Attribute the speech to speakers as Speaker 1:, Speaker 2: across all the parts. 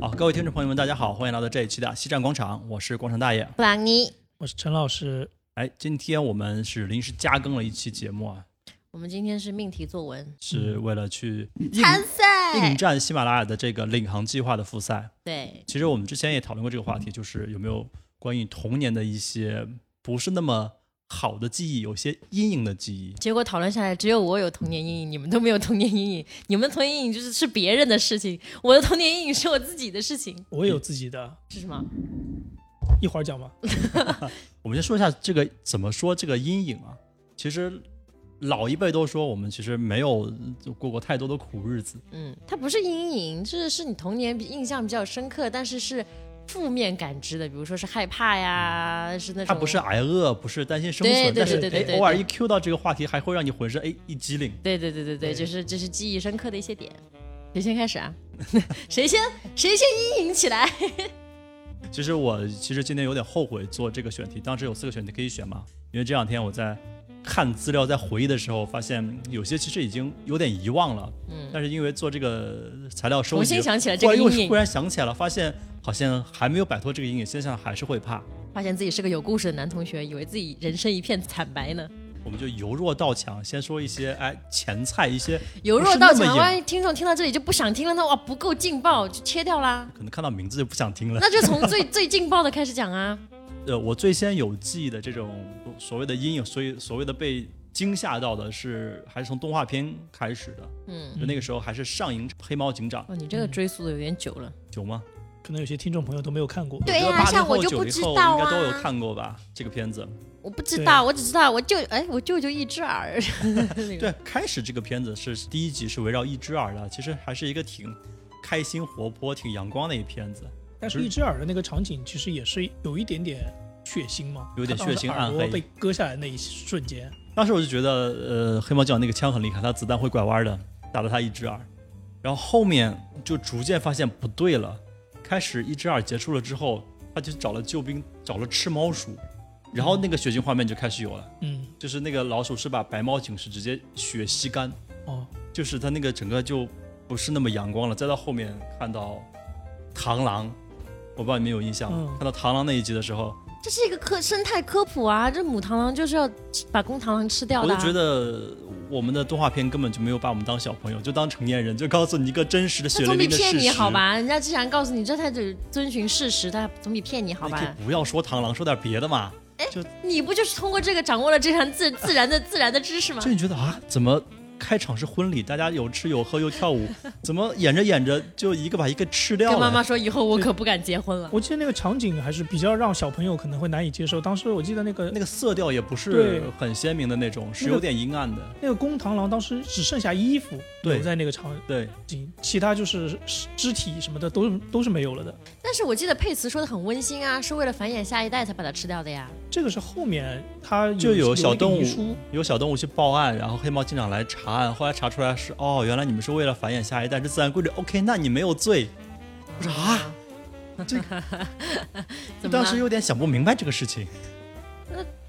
Speaker 1: 好，各位听众朋友们，大家好，欢迎来到这一期的西站广场，我是广场大爷。
Speaker 2: 布朗尼，
Speaker 3: 我是陈老师，
Speaker 1: 哎，今天我们是临时加更了一期节目啊，
Speaker 2: 我们今天是命题作文
Speaker 1: 是为了去应
Speaker 2: 参
Speaker 1: 应
Speaker 2: 赛，
Speaker 1: 战喜马拉雅的这个领航计划的复赛。
Speaker 2: 对，
Speaker 1: 其实我们之前也讨论过这个话题，就是有没有关于童年的一些不是那么好的记忆，有些阴影的记忆。
Speaker 2: 结果讨论下来，只有我有童年阴影，你们都没有童年阴影。你们的童年阴影就是是别人的事情，我的童年阴影是我自己的事情，
Speaker 3: 我
Speaker 1: 嗯
Speaker 3: 有自己的，
Speaker 2: 是什么？
Speaker 3: 一会儿讲吧。
Speaker 1: 我们先说一下这个怎么说这个阴影啊。其实老一辈都说我们其实没有过过太多的苦日子，
Speaker 2: 嗯，它不是阴影，这是你童年比印象比较深刻，但是是负面感知的，比如说是害怕呀，是那种
Speaker 1: 它不是挨饿，不是担心生存
Speaker 2: 对，对
Speaker 1: 但是
Speaker 2: 对对对
Speaker 1: 哎
Speaker 2: 对
Speaker 1: 偶尔一 Q 到这个话题，还会让你浑身哎一激灵。
Speaker 2: 对对对对对，
Speaker 3: 对
Speaker 2: 就是这是记忆深刻的一些点。谁先开始啊？ 谁先谁先阴影起来？
Speaker 1: 其实我其实今天有点后悔做这个选题，当时有四个选题可以选嘛，因为这两天我在看资料，在回忆的时候，发现有些其实已经有点遗忘了，
Speaker 2: 嗯，
Speaker 1: 但是因为做这个材料收
Speaker 2: 重
Speaker 1: 集
Speaker 2: 新，想起来这
Speaker 1: 忽然
Speaker 2: 个
Speaker 1: 又
Speaker 2: 阴
Speaker 1: 忽
Speaker 2: 影，
Speaker 1: 然想起来了，发现好像还没有摆脱这个阴影，现象还是会怕，
Speaker 2: 发现自己是个有故事的男同学，以为自己人生一片惨白呢。
Speaker 1: 我们就由弱到强，先说一些哎前菜，一些
Speaker 2: 由弱到
Speaker 1: 不是那
Speaker 2: 强，
Speaker 1: 么
Speaker 2: 万一听众听到这里就不想听了，那哇不够劲爆就切掉啦。
Speaker 1: 可能看到名字就不想听了。
Speaker 2: 那就从最最劲爆的开始讲啊。
Speaker 1: 呃，我最先有记忆的这种所谓的阴影，所以所谓的被惊吓到的是，还是从动画片开始的。
Speaker 2: 嗯，
Speaker 1: 就那个时候还是上映《黑猫警长
Speaker 2: 哇，哦你这个追溯的有点久了。》，
Speaker 1: 有吗？
Speaker 3: 可能有些听众朋友都没有看过，
Speaker 2: 对呀
Speaker 1: 我觉得八零
Speaker 2: 像我
Speaker 1: 后、
Speaker 2: 就
Speaker 1: 九
Speaker 2: 不
Speaker 1: 零
Speaker 2: 知
Speaker 1: 后
Speaker 2: 道
Speaker 1: 应该都有
Speaker 2: 啊
Speaker 1: 看过吧？这个片子，
Speaker 2: 我不知道，我只知道我舅哎，我舅舅一只耳。那个
Speaker 1: 对，开始这个片子是第一集是围绕一只耳的，其实还是一个挺开心、活泼、挺阳光的一片子。
Speaker 3: 但是一只耳的那个场景其实也是有一点点血腥嘛，
Speaker 1: 有点血腥啊
Speaker 3: 看到
Speaker 1: 暗
Speaker 3: 耳
Speaker 1: 黑
Speaker 3: 朵被割下来那一瞬间，
Speaker 1: 当时我就觉得，呃，黑猫警长那个枪很厉害，他子弹会拐弯的，打了他一只耳。然后后面就逐渐发现不对了，开始一只耳结束了之后，他就找了救兵，找了吃猫鼠，然后那个血腥画面就开始有了，
Speaker 3: 嗯，
Speaker 1: 就是那个老鼠是把白猫警是直接血吸干，
Speaker 3: 哦，
Speaker 1: 就是他那个整个就不是那么阳光了。再到后面看到螳螂，我不知道你们有印象吗？
Speaker 3: 嗯
Speaker 1: 看到螳螂那一集的时候，
Speaker 2: 这是一个科生态科普啊，这母螳螂就是要把公螳螂吃掉
Speaker 1: 我
Speaker 2: 的
Speaker 1: 就
Speaker 2: 啊、
Speaker 1: 觉得我们的动画片根本就没有把我们当小朋友，就当成年人，就告诉你一个真实的血
Speaker 2: 那
Speaker 1: 淋
Speaker 2: 总比
Speaker 1: 淋的事实。
Speaker 2: 骗你好？吧？人家既然告诉你这，他得遵循事实，他总比骗你好
Speaker 1: 那可
Speaker 2: 吧？
Speaker 1: 以不要说螳螂，说点别的嘛。
Speaker 2: 你不就是通过这个掌握了这项自自然的自然的知识吗？
Speaker 1: 就你觉得啊，怎么开场是婚礼，大家有吃有喝又跳 舞，怎么演着演着就一个把一个吃掉
Speaker 2: 跟
Speaker 1: 了？
Speaker 2: 妈妈说，以后我可不敢结婚了。
Speaker 3: 我记得那个场景还是比较让小朋友可能会难以接受。当时我记得那个
Speaker 1: 那个色调也不是
Speaker 3: 对
Speaker 1: 很鲜明的那种，是
Speaker 3: 那个
Speaker 1: 有点阴暗的。
Speaker 3: 那个公螳螂当时只剩下衣服
Speaker 1: 对
Speaker 3: 留在那个场
Speaker 1: 对，
Speaker 3: 景，其他就是肢体什么的都都是没有了的。
Speaker 2: 但是我记得佩茨说的很温馨啊，是为了繁衍下一代才把它吃掉的呀。
Speaker 3: 这个是后面他
Speaker 1: 就有小动物
Speaker 3: 有一个遗书
Speaker 1: 有小动物去报案，然后黑猫警长来查案，后来查出来是哦，原来你们是为了繁衍下一代，是自然规律。OK，那你没有罪。我说啊，
Speaker 2: 怎么
Speaker 1: 当时
Speaker 2: 了？
Speaker 1: 有点想不明白这个事情。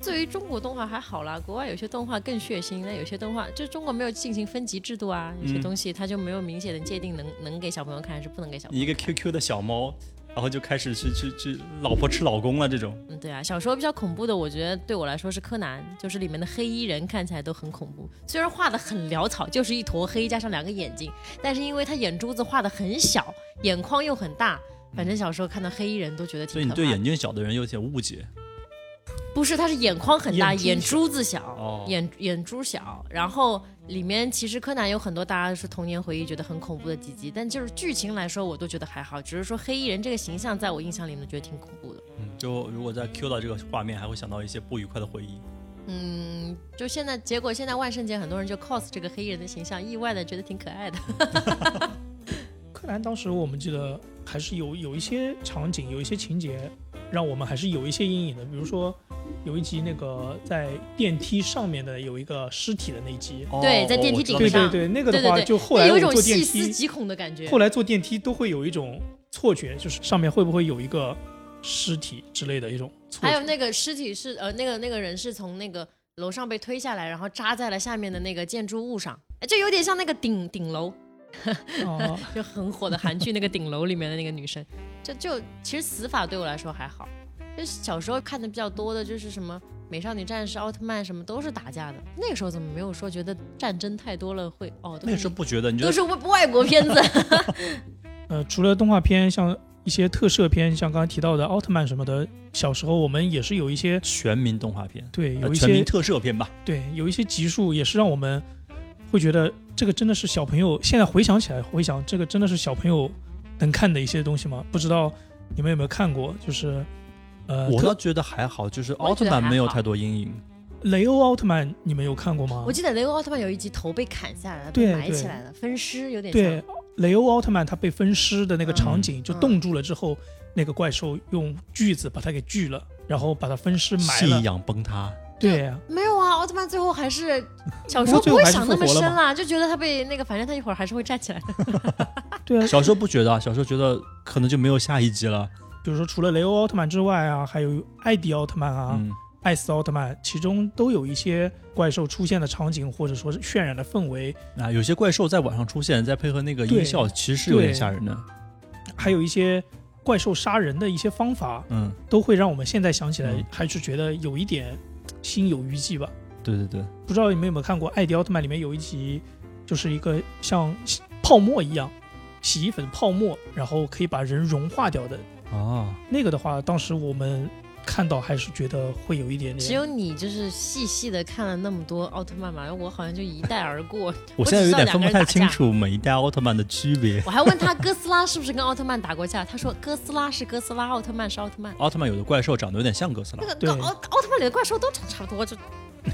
Speaker 2: 对于中国动画还好啦，国外有些动画更血腥，那有些动画就中国没有进行分级制度啊，有些
Speaker 1: 嗯
Speaker 2: 东西它就没有明显的界定能能给小朋友看还是不能给小朋
Speaker 1: 你
Speaker 2: 友。
Speaker 1: 一个 QQ 的小猫，然后就开始去去去老婆吃老公了这种。
Speaker 2: 嗯，对啊，小时候比较恐怖的，我觉得对我来说是柯南，就是里面的黑衣人看起来都很恐怖，虽然画的很潦草，就是一坨黑加上两个眼睛，但是因为他眼珠子画的很小，眼眶又很大，反正小时候看到黑衣人都觉得
Speaker 1: 所
Speaker 2: 挺
Speaker 1: 以
Speaker 2: 可
Speaker 1: 你
Speaker 2: 怕的。
Speaker 1: 对眼睛小的人有点误解。
Speaker 2: 不是，他是眼眶很大，
Speaker 3: 眼珠
Speaker 2: 眼珠子小，
Speaker 1: 哦
Speaker 2: 眼眼珠小。然后里面其实柯南有很多大家是童年回忆觉得很恐怖的几集，但就是剧情来说，我都觉得还好。只是说黑衣人这个形象，在我印象里面觉得挺恐怖的。
Speaker 1: 嗯，就如果再 Q 到这个画面，还会想到一些不愉快的回忆。
Speaker 2: 嗯，就现在，结果现在万圣节很多人就 cos 这个黑衣人的形象，意外的觉得挺可爱的。
Speaker 3: 柯南当时我们记得还是有有一些场景，有一些情节，让我们还是有一些阴影的。比如说有一集那个在电梯上面的有一个尸体的那一集，
Speaker 2: 对在电梯顶
Speaker 1: 哦我
Speaker 3: 对
Speaker 1: 知道
Speaker 3: 对
Speaker 2: 上
Speaker 3: 对，那个
Speaker 2: 对
Speaker 3: 的
Speaker 2: 对
Speaker 3: 话
Speaker 2: 对，
Speaker 3: 就后
Speaker 2: 那
Speaker 3: 来
Speaker 2: 有
Speaker 3: 我
Speaker 2: 一种
Speaker 3: 坐电
Speaker 2: 细思
Speaker 3: 梯，
Speaker 2: 极恐的感觉。
Speaker 3: 后来坐电梯都会有一种错觉，就是上面会不会有一个尸体之类的一种错
Speaker 2: 还有
Speaker 3: 觉。
Speaker 2: 那个尸体是呃，那个那个人是从那个呃楼上被推下来，然后扎在了下面的那个建筑物上，哎，就有点像那个顶顶楼
Speaker 3: 哦，
Speaker 2: 就很火的韩剧那个顶楼里面的那个女生，就就其实死法对我来说还好，就是小时候看的比较多的就是什么美少女战士、奥特曼什么都是打架的，那个时候怎么没有说觉得战争太多了会哦？都
Speaker 1: 那
Speaker 2: 是
Speaker 1: 个时候不觉得，你觉
Speaker 2: 都
Speaker 1: 得
Speaker 2: 是外外国片子，
Speaker 3: 呃，除了动画片，像一些特摄片，像刚才提到的奥特曼什么的，小时候我们也是有一些
Speaker 1: 全民动画片，
Speaker 3: 对，
Speaker 1: 呃
Speaker 3: 有一
Speaker 1: 全民
Speaker 3: 些
Speaker 1: 特摄片吧？
Speaker 3: 对，有一些集数也是让我们会觉得这个真的是小朋友。现在回想起来，回想这个真的是小朋友能看的一些东西吗？不知道你们有没有看过？就是呃，
Speaker 1: 我倒
Speaker 3: 特
Speaker 1: 觉得还好，就是
Speaker 2: 我
Speaker 1: 奥
Speaker 2: 也觉
Speaker 1: 特
Speaker 2: 得
Speaker 1: 曼
Speaker 2: 还
Speaker 1: 没有
Speaker 2: 好
Speaker 1: 太多阴影。
Speaker 3: 雷欧奥特曼，你们有看过吗
Speaker 2: 我？记得雷欧奥特曼有一集头被砍下来了，
Speaker 3: 啊对
Speaker 2: 被埋起
Speaker 3: 对
Speaker 2: 来了，分尸有点像。
Speaker 3: 对，雷欧奥特曼他被分尸的那个场景，
Speaker 2: 嗯
Speaker 3: 就冻住了之后，那个怪兽用锯子把他给锯了，然后把他分尸埋
Speaker 1: 信
Speaker 3: 了。
Speaker 1: 仰崩塌，
Speaker 3: 对呀、
Speaker 2: 没有啊，奥特曼最后还是小时
Speaker 3: 不
Speaker 2: 候
Speaker 3: 过最
Speaker 2: 不
Speaker 3: 后
Speaker 2: 会
Speaker 3: 还是
Speaker 2: 想那么
Speaker 3: 复活
Speaker 2: 深
Speaker 3: 了
Speaker 2: 啦，就觉得他被那个，反正他一会儿还是会站起来的。
Speaker 3: 对啊，
Speaker 1: 小时候不觉得啊，小时候觉得可能就没有下一集了。
Speaker 3: 比如说除了雷欧奥特曼之外啊，还有艾迪奥特曼啊，
Speaker 1: 嗯，
Speaker 3: 艾斯奥特曼，其中都有一些怪兽出现的场景，或者说是渲染的氛围，
Speaker 1: 啊，有些怪兽在晚上出现，再配合那个音
Speaker 3: 对
Speaker 1: 效，其实是有点
Speaker 3: 对
Speaker 1: 吓人的。
Speaker 3: 还有一些怪兽杀人的一些方法，
Speaker 1: 嗯，
Speaker 3: 都会让我们现在想起来
Speaker 1: 嗯，
Speaker 3: 还是觉得有一点嘖心有余悸吧。
Speaker 1: 对对对，
Speaker 3: 不知道你们有没有看过《艾迪奥特曼》里面有一集，就是一个像泡沫一样，洗衣粉泡沫，然后可以把人融化掉的
Speaker 1: 哦，
Speaker 3: 那个的话，当时我们看到还是觉得会有一点
Speaker 2: 只
Speaker 3: 点。
Speaker 2: 有你就是细细的看了那么多奥特曼嘛，我好像就一带而 过。
Speaker 1: 我现在有点分不太清
Speaker 2: 我只知
Speaker 1: 楚每一代奥特曼的区别。
Speaker 2: 我还问他哥斯拉是不是跟奥特曼打过架，他说哥斯拉是哥斯拉，奥特曼是奥特曼。
Speaker 1: 奥特曼有的怪兽长得有点像哥斯拉
Speaker 2: 那，个
Speaker 3: 对
Speaker 2: 奥奥特曼里的怪兽都差不多，就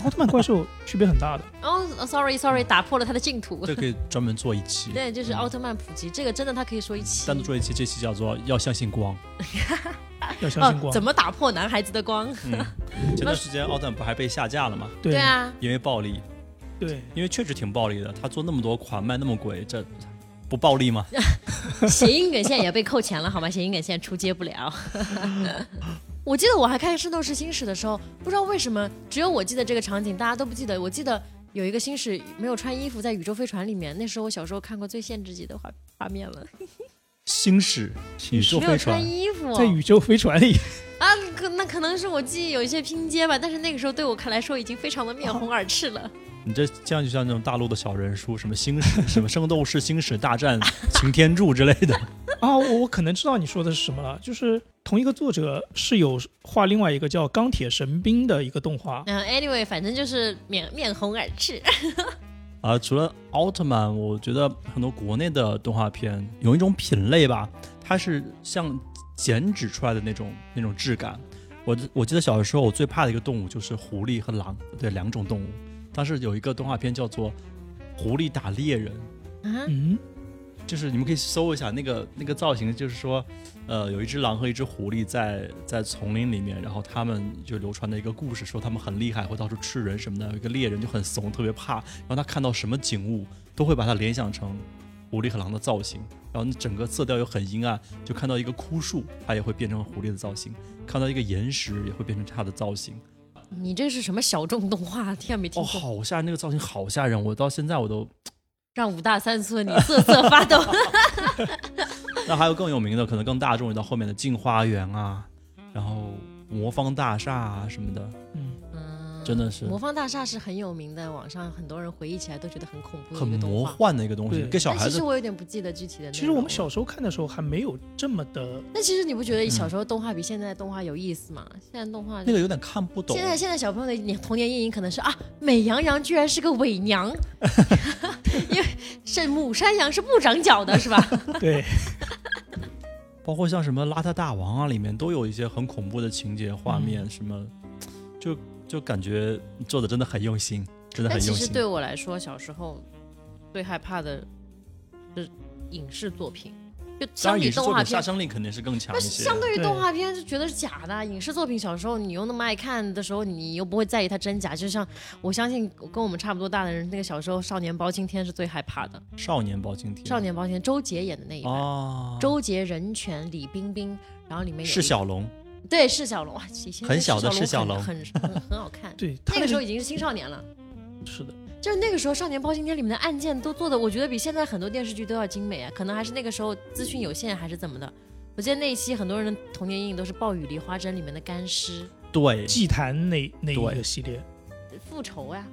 Speaker 3: 奥特曼怪兽区别很大的，
Speaker 2: 哦，sorry sorry，打破了他的净土。
Speaker 1: 这可以专门做一期，
Speaker 2: 对，就是奥特曼普及，这个真的他可以说一期。
Speaker 1: 单独做一期，这期叫做“要相信光
Speaker 3: 要相信
Speaker 2: 哦，
Speaker 3: 光。
Speaker 2: 怎么打破男孩子的光？”。
Speaker 1: 嗯，前段时间奥特曼不还被下架了吗？
Speaker 3: 对
Speaker 2: 啊，
Speaker 1: 因为暴力，
Speaker 3: 对，
Speaker 1: 因为确实挺暴力的，他做那么多款，卖那么贵，这不暴力 吗？
Speaker 2: 谐音梗现在也被扣钱了，好吗？谐音梗现在出街不了。 我记得我还看《圣斗士星矢》的时候，不知道为什么只有我记得这个场景，大家都不记得。我记得有一个星矢没有穿衣服在宇宙飞船里面，那是我小时候看过最限制级的画画面 了，
Speaker 1: 星矢宇宙
Speaker 2: 没有
Speaker 1: 飞船
Speaker 2: 穿，衣服
Speaker 3: 在宇宙飞船里
Speaker 2: 啊，可那可能是我记忆有一些拼接吧，但是那个时候对我看来说已经非常的面红耳赤了。
Speaker 1: 你这这样就像那种大陆的小人书，什么星矢、什么圣斗士星矢大战擎天柱之类的。
Speaker 3: 啊，我我可能知道你说的是什么了，就是同一个作者是有画另外一个叫《钢铁神兵》的一个动画，
Speaker 2: 嗯、a n y w a y 反正就是面面红耳赤。
Speaker 1: 啊，除了奥特曼，我觉得很多国内的动画片有一种品类吧，它是像剪纸出来的那种那种质感。我我记得小的时候，我最怕的一个动物就是狐狸和狼，对，两种动物。当时有一个动画片叫做《狐狸打猎人》，
Speaker 2: 啊，
Speaker 3: 嗯，
Speaker 1: 就是你们可以搜一下那个那个造型，就是说，呃，有一只狼和一只狐狸在在丛林里面，然后他们就流传的一个故事，说他们很厉害，会到处吃人什么的。有一个猎人就很怂，特别怕，然后他看到什么景物都会把它联想成狐狸和狼的造型，然后整个色调又很阴暗，就看到一个枯树，它也会变成狐狸的造型；看到一个岩石也会变成它的造型。
Speaker 2: 你这是什么小众动画？天啊，没听
Speaker 1: 哦，
Speaker 2: 过。
Speaker 1: 好吓人，那个造型好吓人，我到现在我都
Speaker 2: 让五大三粗的你瑟瑟发抖。
Speaker 1: 那还有更有名的，可能更大众一点，到后面的《镜花缘》啊，然后《魔方大厦》啊什么的，
Speaker 2: 嗯
Speaker 1: 真的是
Speaker 2: 魔方大厦是很有名的，网上很多人回忆起来都觉得很恐怖的
Speaker 1: 很
Speaker 2: 一个动
Speaker 1: 魔
Speaker 2: 画。
Speaker 1: 幻的一个东西，
Speaker 3: 对
Speaker 1: 给小
Speaker 2: 但
Speaker 1: 孩
Speaker 2: 其实
Speaker 1: 子
Speaker 2: 我有点不记得具体的内容。
Speaker 3: 其实我们，小时候看的时候还没有这么的，
Speaker 2: 那其实你不觉得小时候动画比现在动画有意思吗？现在动画
Speaker 1: 嗯
Speaker 2: 就
Speaker 1: 那个有点看不懂
Speaker 2: 现。在现在小朋友的年童年阴影可能是啊，美羊羊居然是个伪娘， 因为是母山羊是不长脚的，是吧？
Speaker 3: 对，
Speaker 1: 包括像什么《邋遢大王》啊，里面都有一些很恐怖的情节画面，
Speaker 2: 嗯
Speaker 1: 什么就就感觉做的真的很用心，真的
Speaker 2: 但
Speaker 1: 很
Speaker 2: 其
Speaker 1: 用
Speaker 2: 实
Speaker 1: 心。
Speaker 2: 对我来说，小时候最害怕的是影视作品，就
Speaker 1: 当
Speaker 2: 相
Speaker 1: 然，
Speaker 2: 比
Speaker 1: 影视
Speaker 2: 动
Speaker 1: 作
Speaker 2: 画
Speaker 1: 品杀
Speaker 2: 片。
Speaker 1: 伤力肯定是更强
Speaker 2: 那
Speaker 1: 一些。
Speaker 2: 相对于
Speaker 3: 对。
Speaker 2: 动画片就觉得是假的，影视作品小时候你又那么爱看的时候，你又不会在意它真假。就像我相信跟我们差不多大的人，那个小时候《少年包青天》是最害怕的，
Speaker 1: 少年包青天，
Speaker 2: 《少年包青天》周杰演的那一版，
Speaker 1: 啊，
Speaker 2: 周杰、任泉、李冰冰，然后里面有
Speaker 1: 是
Speaker 2: 一
Speaker 1: 小龙，
Speaker 2: 对释小龙哇，以前
Speaker 1: 很小的
Speaker 2: 释
Speaker 1: 释小龙
Speaker 2: 很很很很好 看
Speaker 3: 对，他
Speaker 2: 那个时候
Speaker 3: 个
Speaker 2: 已经是青少年了，
Speaker 3: 是的，
Speaker 2: 就是那个时候《少年包青天》里面的案件都做的，我觉得比现在很多电视剧都要精美啊。可能还是那个时候资讯有限，还是怎么的。我记得那一期很多人的童年阴影都是《暴雨梨花针》里面的干尸
Speaker 1: 对，
Speaker 3: 祭坛那那一
Speaker 1: 对
Speaker 3: 个系列，
Speaker 2: 复仇呀、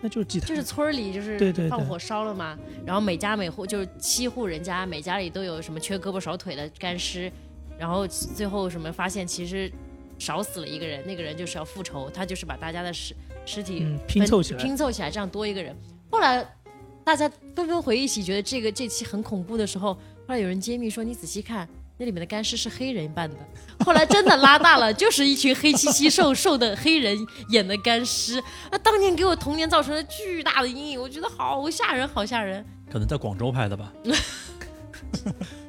Speaker 3: 那就是祭坛，
Speaker 2: 就是村儿里就
Speaker 3: 对
Speaker 2: 是
Speaker 3: 对对
Speaker 2: 放火烧了嘛，然后每家每户就是七户人家，每家里都有什么缺胳膊少腿的干尸，然后最后什么发现其实少死了一个人，那个人就是要复仇，他就是把大家的尸尸体
Speaker 3: 嗯，拼凑起来，
Speaker 2: 拼凑起来，这样多一个人。后来大家纷纷回忆起，觉得这个这期很恐怖的时候，后来有人揭秘说：“你仔细看，那里面的干尸是黑人扮的。”后来真的拉大了，就是一群黑漆漆、瘦瘦的黑人演的干尸。那当年给我童年造成了巨大的阴影，我觉得好吓人，好吓人，
Speaker 1: 可能在广州拍的 吧，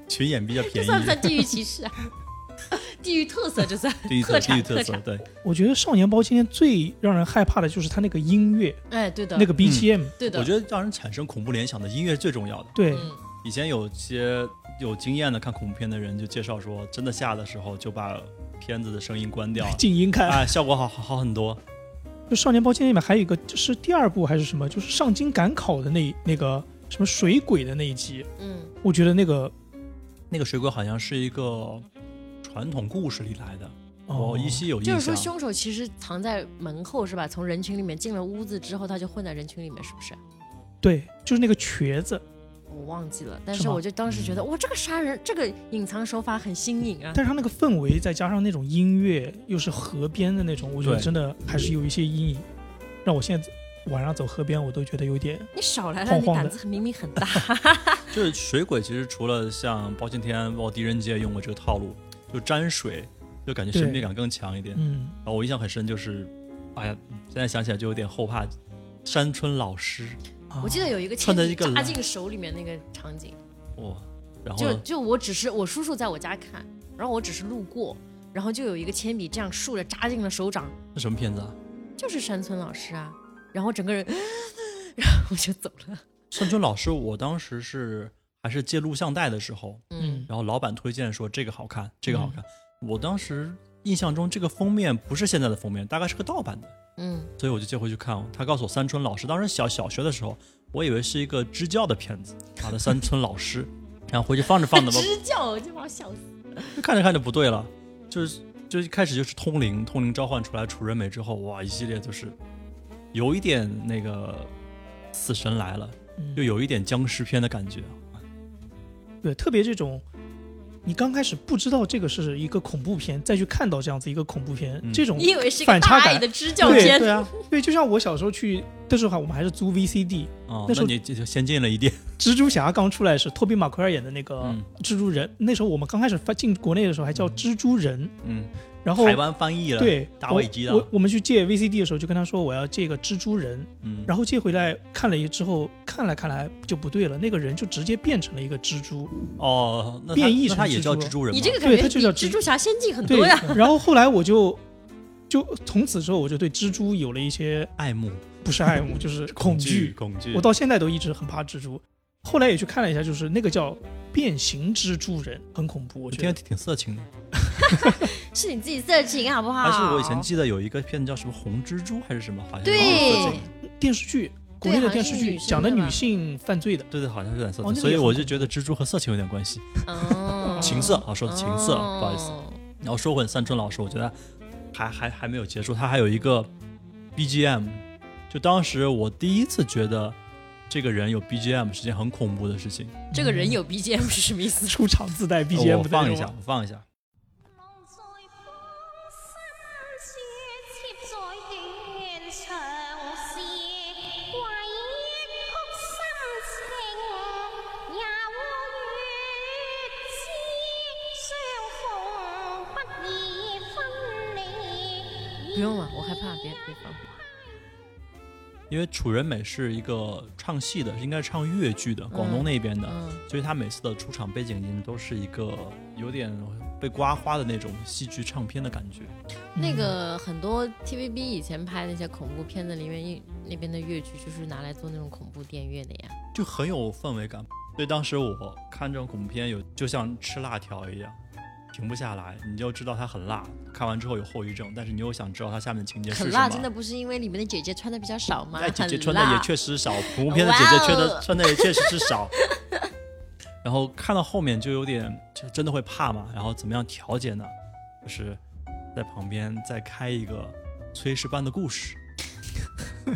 Speaker 1: 群演比较
Speaker 2: 这
Speaker 1: 便
Speaker 2: 算
Speaker 1: 宜
Speaker 2: 不，算地域歧视啊？ 地域特色，这算
Speaker 1: 地域特
Speaker 2: 特
Speaker 1: 地
Speaker 2: 产
Speaker 1: 域特
Speaker 2: 特
Speaker 1: 色，
Speaker 2: 产
Speaker 1: 对，
Speaker 3: 我觉得《少年包青天》最让人害怕的就是他那个音乐，
Speaker 2: 哎，对的，
Speaker 3: 那个 BGM，、
Speaker 2: 对的，
Speaker 1: 我觉得让人产生恐怖联想的音乐是最重要的。
Speaker 3: 对，
Speaker 2: 嗯，
Speaker 1: 以前有些有经验的看恐怖片的人就介绍说，真的吓的时候就把片子的声音 关掉了，
Speaker 3: 静音看。
Speaker 1: 哎，效果好好好很多。
Speaker 3: 就《少年包青天》里面还有一个，就是第二部还是什么，就是上京赶考的那那个什么水鬼的那一集，
Speaker 2: 嗯，
Speaker 3: 我觉得那个
Speaker 1: 那个水鬼好像是一个传统故事里来的，
Speaker 3: 哦
Speaker 1: 我依稀有印
Speaker 2: 就
Speaker 1: 象。
Speaker 2: 是说凶手其实藏在门后是吧？从人群里面进了屋子之后，他就混在人群里面，是不是？
Speaker 3: 对，就是那个瘸子，
Speaker 2: 我忘记了，但
Speaker 3: 是
Speaker 2: 是
Speaker 3: 吗
Speaker 2: 我就当时觉得，哇，这个杀人这个隐藏手法很新颖啊。
Speaker 3: 但是他那个氛围再加上那种音乐，又是河边的那种，我觉得
Speaker 1: 对
Speaker 3: 真的还是有一些阴影，让我现在晚上走河边我都觉得有点
Speaker 2: 你少来了，
Speaker 3: 晃
Speaker 2: 你
Speaker 3: 晃
Speaker 2: 胆
Speaker 3: 的
Speaker 2: 子明明很大。
Speaker 1: 就是水鬼其实除了像包青天、包括狄仁杰用过这个套路，就沾水，就感觉
Speaker 3: 对
Speaker 1: 神秘感更强一点。
Speaker 3: 嗯，
Speaker 1: 然后我印象很深就是，哎呀，现在想起来就有点后怕。山村老师，
Speaker 3: 啊
Speaker 2: 我记得有一个
Speaker 1: 穿
Speaker 2: 铅
Speaker 1: 的
Speaker 2: 笔
Speaker 1: 一个
Speaker 2: 扎
Speaker 1: 蓝
Speaker 2: 进手里面那个场景，
Speaker 1: 哇、哦然后
Speaker 2: 就
Speaker 1: 呢
Speaker 2: 就我只是我叔叔在我家看，然后我只是路过，然后就有一个铅笔这样竖着扎进了手掌，
Speaker 1: 是什么片子啊？
Speaker 2: 就是山村老师啊，然后整个人， 然后我就走了。
Speaker 1: 山村老师，我当时是还是借录像带的时候，
Speaker 2: 嗯，
Speaker 1: 然后老板推荐说这个好看，这个好看。我当时印象中这个封面不是现在的封面，大概是个盗版的，
Speaker 2: 嗯，
Speaker 1: 所以我就借回去看。他告诉我山村老师，当时小小学的时候，我以为是一个支教的片子，打的山村老师， 然后回去放着放着吧，
Speaker 2: 支教就把我笑死。
Speaker 1: 就看着看着不对了，就是就是一开始就是通灵，通灵召唤出来楚人美之后，哇，一系列就是有一点那个死神来了，
Speaker 3: 嗯
Speaker 1: 又有一点僵尸片的感觉。
Speaker 3: 对，特别这种，你刚开始不知道这个是一个恐怖片，再去看到这样子一个恐怖片，
Speaker 1: 嗯
Speaker 3: 这种
Speaker 2: 你以为是一个
Speaker 3: 反
Speaker 2: 大
Speaker 3: 差
Speaker 2: 爱
Speaker 3: 感
Speaker 2: 的支教
Speaker 3: 对
Speaker 2: 片，
Speaker 1: 对啊，
Speaker 3: 对，就像我小时候去那时候还我们还是租 VCD，《
Speaker 1: 哦，
Speaker 3: 那时
Speaker 1: 那
Speaker 3: 候
Speaker 1: 你就就先进了一点。
Speaker 3: 蜘蛛侠》刚出来时，托比马奎尔演的那个
Speaker 1: 嗯
Speaker 3: 蜘蛛人，那时候我们刚开始发进国内的时候还叫蜘蛛人，
Speaker 1: 嗯，
Speaker 3: 然后
Speaker 1: 台湾翻译了，，
Speaker 3: 对
Speaker 1: 打
Speaker 3: 我
Speaker 1: 尾机的
Speaker 3: 我我们去借 VCD 的时候就跟他说我要借个蜘蛛人，
Speaker 1: 嗯，
Speaker 3: 然后借回来看了一之后看来看来就不对了，那个人就直接变成了一个蜘蛛，
Speaker 1: 哦，那他
Speaker 3: 变异
Speaker 1: 那他
Speaker 3: 成
Speaker 1: 也
Speaker 3: 蜘
Speaker 1: 叫
Speaker 3: 蛛
Speaker 1: 蜘蛛人吗，
Speaker 2: 你这个感
Speaker 3: 对
Speaker 2: 觉
Speaker 3: 它
Speaker 2: 比
Speaker 3: 就叫蜘
Speaker 2: 蜘蛛侠先进很
Speaker 3: 对
Speaker 2: 嗯多呀。，
Speaker 3: 然后后来我就就从此之后我就对蜘蛛有了一些
Speaker 1: 爱慕
Speaker 3: 不是爱慕就是恐惧，
Speaker 1: 恐惧
Speaker 3: 我到现在都一直很怕蜘蛛，后来也去看了一下，就是那个叫变形蜘蛛人，很恐怖，我
Speaker 1: 我
Speaker 3: 觉
Speaker 1: 听着
Speaker 3: 得。
Speaker 1: 挺色情的。
Speaker 2: 啊是你自己色情好不好？
Speaker 1: 但是我以前记得有一个片子叫什么《红蜘蛛》还是什么，好像
Speaker 2: 对
Speaker 1: 有点色情
Speaker 3: 电视剧，国内的电视剧
Speaker 2: 好像是女性
Speaker 3: 讲的
Speaker 2: 对吧
Speaker 3: 女性犯罪的，
Speaker 1: 对对，好像有点色情，
Speaker 3: 哦那个
Speaker 1: 所以
Speaker 3: 也
Speaker 1: 我
Speaker 3: 很
Speaker 1: 就觉得蜘蛛和色情有点关系，
Speaker 2: 哦，
Speaker 1: 情色啊，说的情色，不好意思。
Speaker 2: 哦。
Speaker 1: 然后说回三春老师，我觉得还还还没有结束，他还有一个 BGM，就当时我第一次觉得这个人有 BGM 是件很恐怖的事情。
Speaker 2: 这个人有 BGM 是什么意思？
Speaker 3: 出场自带
Speaker 1: 呃
Speaker 3: BGM，
Speaker 1: 我
Speaker 3: 的
Speaker 1: 放
Speaker 3: 那
Speaker 1: 一
Speaker 3: 种
Speaker 1: 下，我放一下。
Speaker 4: 浪在波心切在弦上是唯一曲心情，也會與之相逢，不易分離。
Speaker 2: 不用了，我害怕，别别放。
Speaker 1: 因为楚人美是一个唱戏的，应该是唱越剧的，广东那边的，
Speaker 2: 嗯
Speaker 1: 所以他每次的出场背景音都是一个有点被刮花的那种戏剧唱片的感觉。
Speaker 2: 那个很多 TVB 以前拍那些恐怖片子里面，一那边的乐剧就是拿来做那种恐怖电乐的呀。
Speaker 1: 就很有氛围感。所以当时我看这种恐怖片有，就像吃辣条一样，停不下来，你就知道它很辣，看完之后有后遗症，但是你又想知道它下面的情节是什
Speaker 2: 很
Speaker 1: 么。
Speaker 2: 辣，真的不是因为里面的姐姐穿的比较少吗？
Speaker 1: 但姐姐
Speaker 2: 很
Speaker 1: 穿的也
Speaker 2: 辣
Speaker 1: 确实少，恐怖片的姐姐穿
Speaker 2: 哇
Speaker 1: 的
Speaker 2: 哦
Speaker 1: 穿的也确实是少。然后看到后面就有点，就真的会怕嘛。然后怎么样调节呢？就是在旁边再开一个炊事班的故事，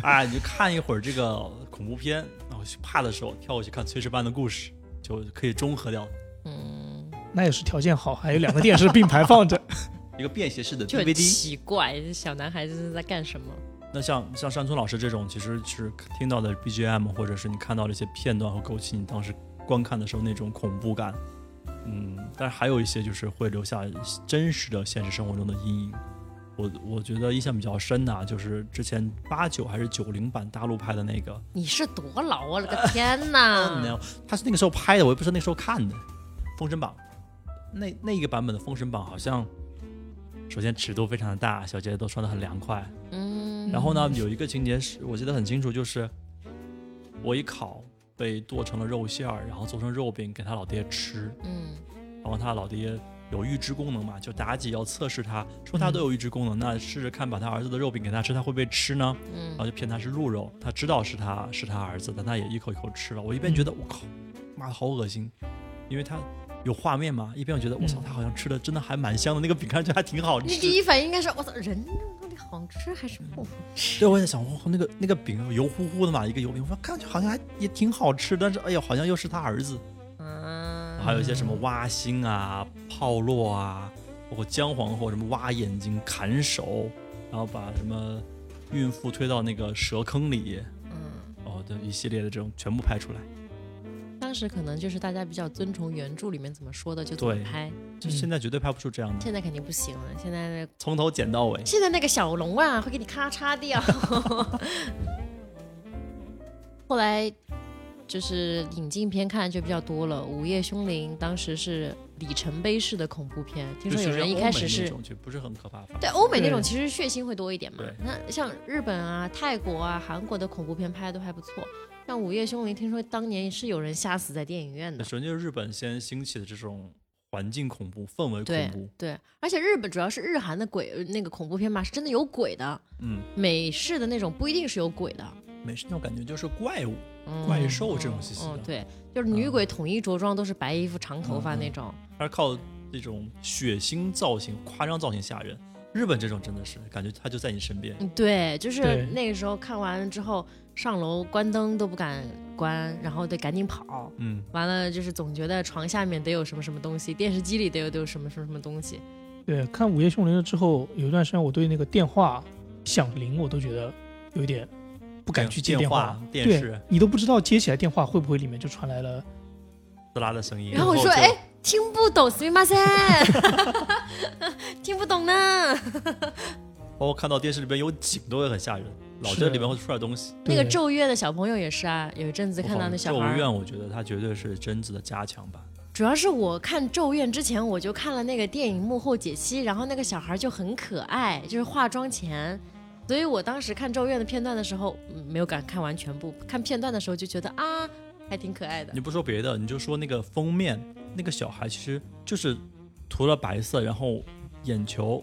Speaker 1: 哎，你就看一会儿这个恐怖片，然后去怕的时候跳过去看炊事班的故事，就可以中和掉
Speaker 2: 嗯，
Speaker 3: 那也是条件好，还有两个电视并排放着。
Speaker 1: 一个便携式的
Speaker 2: 就很
Speaker 1: DVD。
Speaker 2: 奇怪，这小男孩子是在干什么？
Speaker 1: 那像像山村老师这种，其实是听到的 BGM，或者是你看到的一些片段，会勾起你当时观看的时候那种恐怖感。嗯，但是还有一些就是会留下真实的现实生活中的阴影。我我觉得印象比较深的、啊，就是之前八九还是九零版大陆拍的那个，
Speaker 2: 你是多老啊！我的个天 哪！
Speaker 1: 嗯那他是那个时候拍的，我也不是那时候看的《封神榜》那。那一个版本的《封神榜》好像，首先尺度非常的大，小姐姐都穿的很凉快，
Speaker 2: 嗯，
Speaker 1: 然后呢，有一个情节是我记得很清楚，就是我一烤被剁成了肉馅儿，然后做成肉饼给他老爹吃，
Speaker 2: 嗯
Speaker 1: 然后他老爹有预知功能嘛，就妲己要测试他，说他都有预知功能，那试着看把他儿子的肉饼给他吃，他会不会吃呢？然后
Speaker 2: 嗯，
Speaker 1: 就骗他是鹿肉，他知道是他是他儿子，但他也一口一口吃了。我一边觉得我靠，妈的好恶心，因为他。有画面嘛？一边我觉得我操，他好像吃的真的还蛮香的，那个饼看上去还挺好吃。
Speaker 2: 你第一反应应该是我操，人到底好吃还是不好吃？
Speaker 1: 对，我也在想，哇，那个那个饼油乎乎的嘛，一个油饼，我说看上去好像还也挺好吃，但是哎呀，好像又是他儿子。
Speaker 2: 啊，
Speaker 1: 还有一些什么挖心啊、炮烙啊，包括姜皇后什么挖眼睛、砍手，然后把什么孕妇推到那个蛇坑里，
Speaker 2: 嗯，
Speaker 1: 哦，对，一系列的这种全部拍出来。
Speaker 2: 当时可能就是大家比较遵从原著里面怎么说的就怎么
Speaker 1: 对
Speaker 2: 拍，
Speaker 1: 就现在绝对拍不出这样的，
Speaker 2: 现在肯定不行了。现在那
Speaker 1: 从头剪到尾。
Speaker 2: 现在那个小龙啊，会给你咔嚓掉。 后来就是引进片看就比较多了，《午夜凶铃》当时是里程碑式的恐怖片，听说有人一开始
Speaker 1: 就是欧美
Speaker 2: 是
Speaker 1: 那种就不是很可怕，反
Speaker 2: 对欧美那种
Speaker 3: 对
Speaker 2: 其实血腥会多一点嘛
Speaker 1: 对。
Speaker 2: 那像日本啊、泰国啊、韩国的恐怖片拍的都还不错。像《午夜凶铃》，听说当年是有人吓死在电影院
Speaker 1: 正
Speaker 2: 的。
Speaker 1: 首先就是日本先兴起的这种环境恐怖、氛围
Speaker 2: 对
Speaker 1: 恐怖，
Speaker 2: 对，而且日本主要是日韩的鬼呃那个恐怖片嘛，是真的有鬼的。
Speaker 1: 嗯，
Speaker 2: 美式的那种不一定是有鬼的，
Speaker 1: 美式那种感觉就是怪物。
Speaker 2: 嗯
Speaker 1: 怪兽这种气息
Speaker 2: 嗯
Speaker 1: 的嗯
Speaker 2: 对，就是女鬼统一着装都是白衣服、长头发那种。
Speaker 1: 它是靠这种血腥造型、夸张造型吓人。日本这种真的是感觉它就在你身边，
Speaker 2: 嗯，对，就是
Speaker 3: 对
Speaker 2: 那个时候看完之后，上楼关灯都不敢关，然后得赶紧跑。
Speaker 1: 嗯，
Speaker 2: 完了就是总觉得床下面得有什么什么东西，电视机里得有得有什么什么什么东西。嗯
Speaker 3: 对，看《午夜凶铃》了之后，有一段时间我对那个电话响铃我都觉得有一点不敢去接
Speaker 1: 电
Speaker 3: 话。
Speaker 1: 电
Speaker 3: 对
Speaker 1: 视
Speaker 3: 你都不知道接起来电话会不会里面就传来了，
Speaker 1: 撕拉的声音。
Speaker 2: 然后我说，
Speaker 1: 就
Speaker 2: 哎，，听不懂， すみません，听不懂呢。
Speaker 1: 包括看到电视里边有景都会很吓人，老
Speaker 3: 是
Speaker 1: 觉得里边会出点东西。
Speaker 2: 那个
Speaker 3: 对
Speaker 2: 咒怨的小朋友也是啊，有一阵子看到那小
Speaker 1: 咒
Speaker 2: 孩儿，
Speaker 1: 怨，我觉得它绝对是贞子的加强版。
Speaker 2: 主要是我看《咒怨》之前，我就看了那个电影幕后解析，然后那个小孩就很可爱，就是化妆前，所以我当时看《咒怨》的片段的时候，嗯没有敢看完全部，看片段的时候就觉得啊，还挺可爱的
Speaker 1: 你。不说别的，你就说那个封面，那个小孩其实就是涂了白色，然后眼球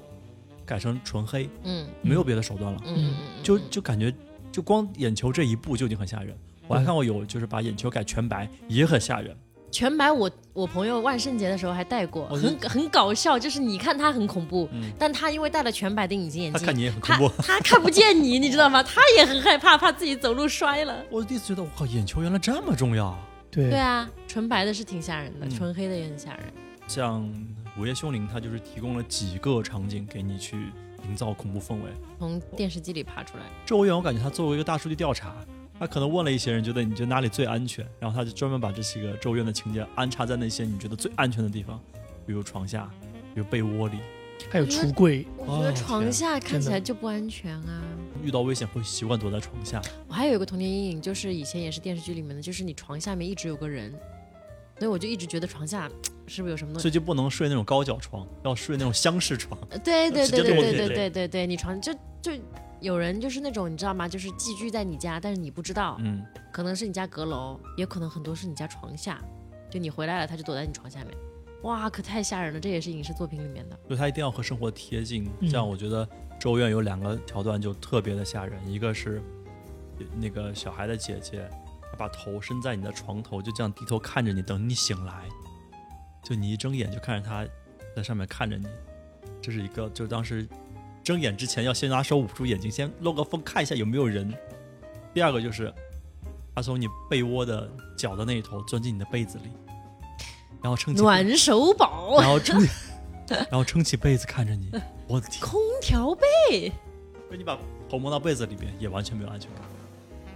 Speaker 1: 改成纯黑，
Speaker 2: 嗯
Speaker 1: 没有别的手段了。
Speaker 2: 嗯嗯嗯，
Speaker 1: 就就感觉就光眼球这一步就已经很吓人。我还看过有就是把眼球改全白，也很吓人。
Speaker 2: 全白我我朋友万圣节的时候还戴过，
Speaker 1: 我觉
Speaker 2: 很很搞笑，就是你看他很恐怖，
Speaker 1: 哦嗯
Speaker 2: 但他因为戴了全白的隐形眼
Speaker 1: 他看
Speaker 2: 镜。
Speaker 1: 你也很恐
Speaker 2: 他
Speaker 1: 怖。
Speaker 2: 他看不见你，你知道吗？他也很害怕，怕自己走路摔了。
Speaker 1: 我第一次觉得，我靠，眼球原来这么重要。
Speaker 3: 对
Speaker 2: 对啊，纯白的是挺吓人的，
Speaker 1: 嗯
Speaker 2: 纯黑的也很吓人。
Speaker 1: 像《午夜凶铃》，它就是提供了几个场景给你去营造恐怖氛围。
Speaker 2: 从电视机里爬出来。
Speaker 1: 咒怨，我感觉他做过一个大数据调查，他可能问了一些人，觉得你觉得哪里最安全，然后他就专门把这些个咒怨的情节安插在那些你觉得最安全的地方，比如床下，比如被窝里。
Speaker 3: 还有橱柜，
Speaker 2: 我
Speaker 1: 觉
Speaker 2: 觉
Speaker 1: 得
Speaker 2: 得
Speaker 1: 哦床
Speaker 2: 床
Speaker 1: 天
Speaker 2: 下
Speaker 3: 看
Speaker 2: 看
Speaker 3: 起
Speaker 2: 起
Speaker 3: 来
Speaker 2: 来就不安全啊。
Speaker 1: 遇到危险会习惯躲在床下。
Speaker 2: 我还有一个童年阴影，就是以前也是电视剧里面的，就是你床下面一直有个人，所以我就一直觉得床下是不是有什么东
Speaker 1: 所
Speaker 2: 西？
Speaker 1: 以就不能睡那种高脚床，要睡那种厢式床。
Speaker 2: 呃对对
Speaker 1: 直接
Speaker 2: 对
Speaker 1: 对对
Speaker 2: 对对
Speaker 1: 对
Speaker 2: 对对对，你床就就有人就是那种你知道吗？就是寄居在你家，但是你不知道，
Speaker 1: 嗯，
Speaker 2: 可能是你家阁楼，也可能很多是你家床下，就你回来了，他就躲在你床下面。哇，可太吓人了，这也是影视作品里面的。
Speaker 1: 所以它一定要和生活贴近。
Speaker 3: 嗯
Speaker 1: 这样我觉得《咒怨》有两个桥段就特别的吓人，一个是那个小孩的姐姐，她把头伸在你的床头，就这样低头看着你，等你醒来，就你一睁眼就看着她在上面看着你，这是一个，就当时睁眼之前要先拿手捂住眼睛，先漏个风看一下有没有人。第二个就是她从你被窝的脚的那一头钻进你的被子里，然后撑起
Speaker 2: 暖手 宝、
Speaker 1: 然后撑起， 然后撑起被子看着 你，我的天！
Speaker 2: 空调被，
Speaker 1: 就你把头蒙到被子里边，也完全没有安全感。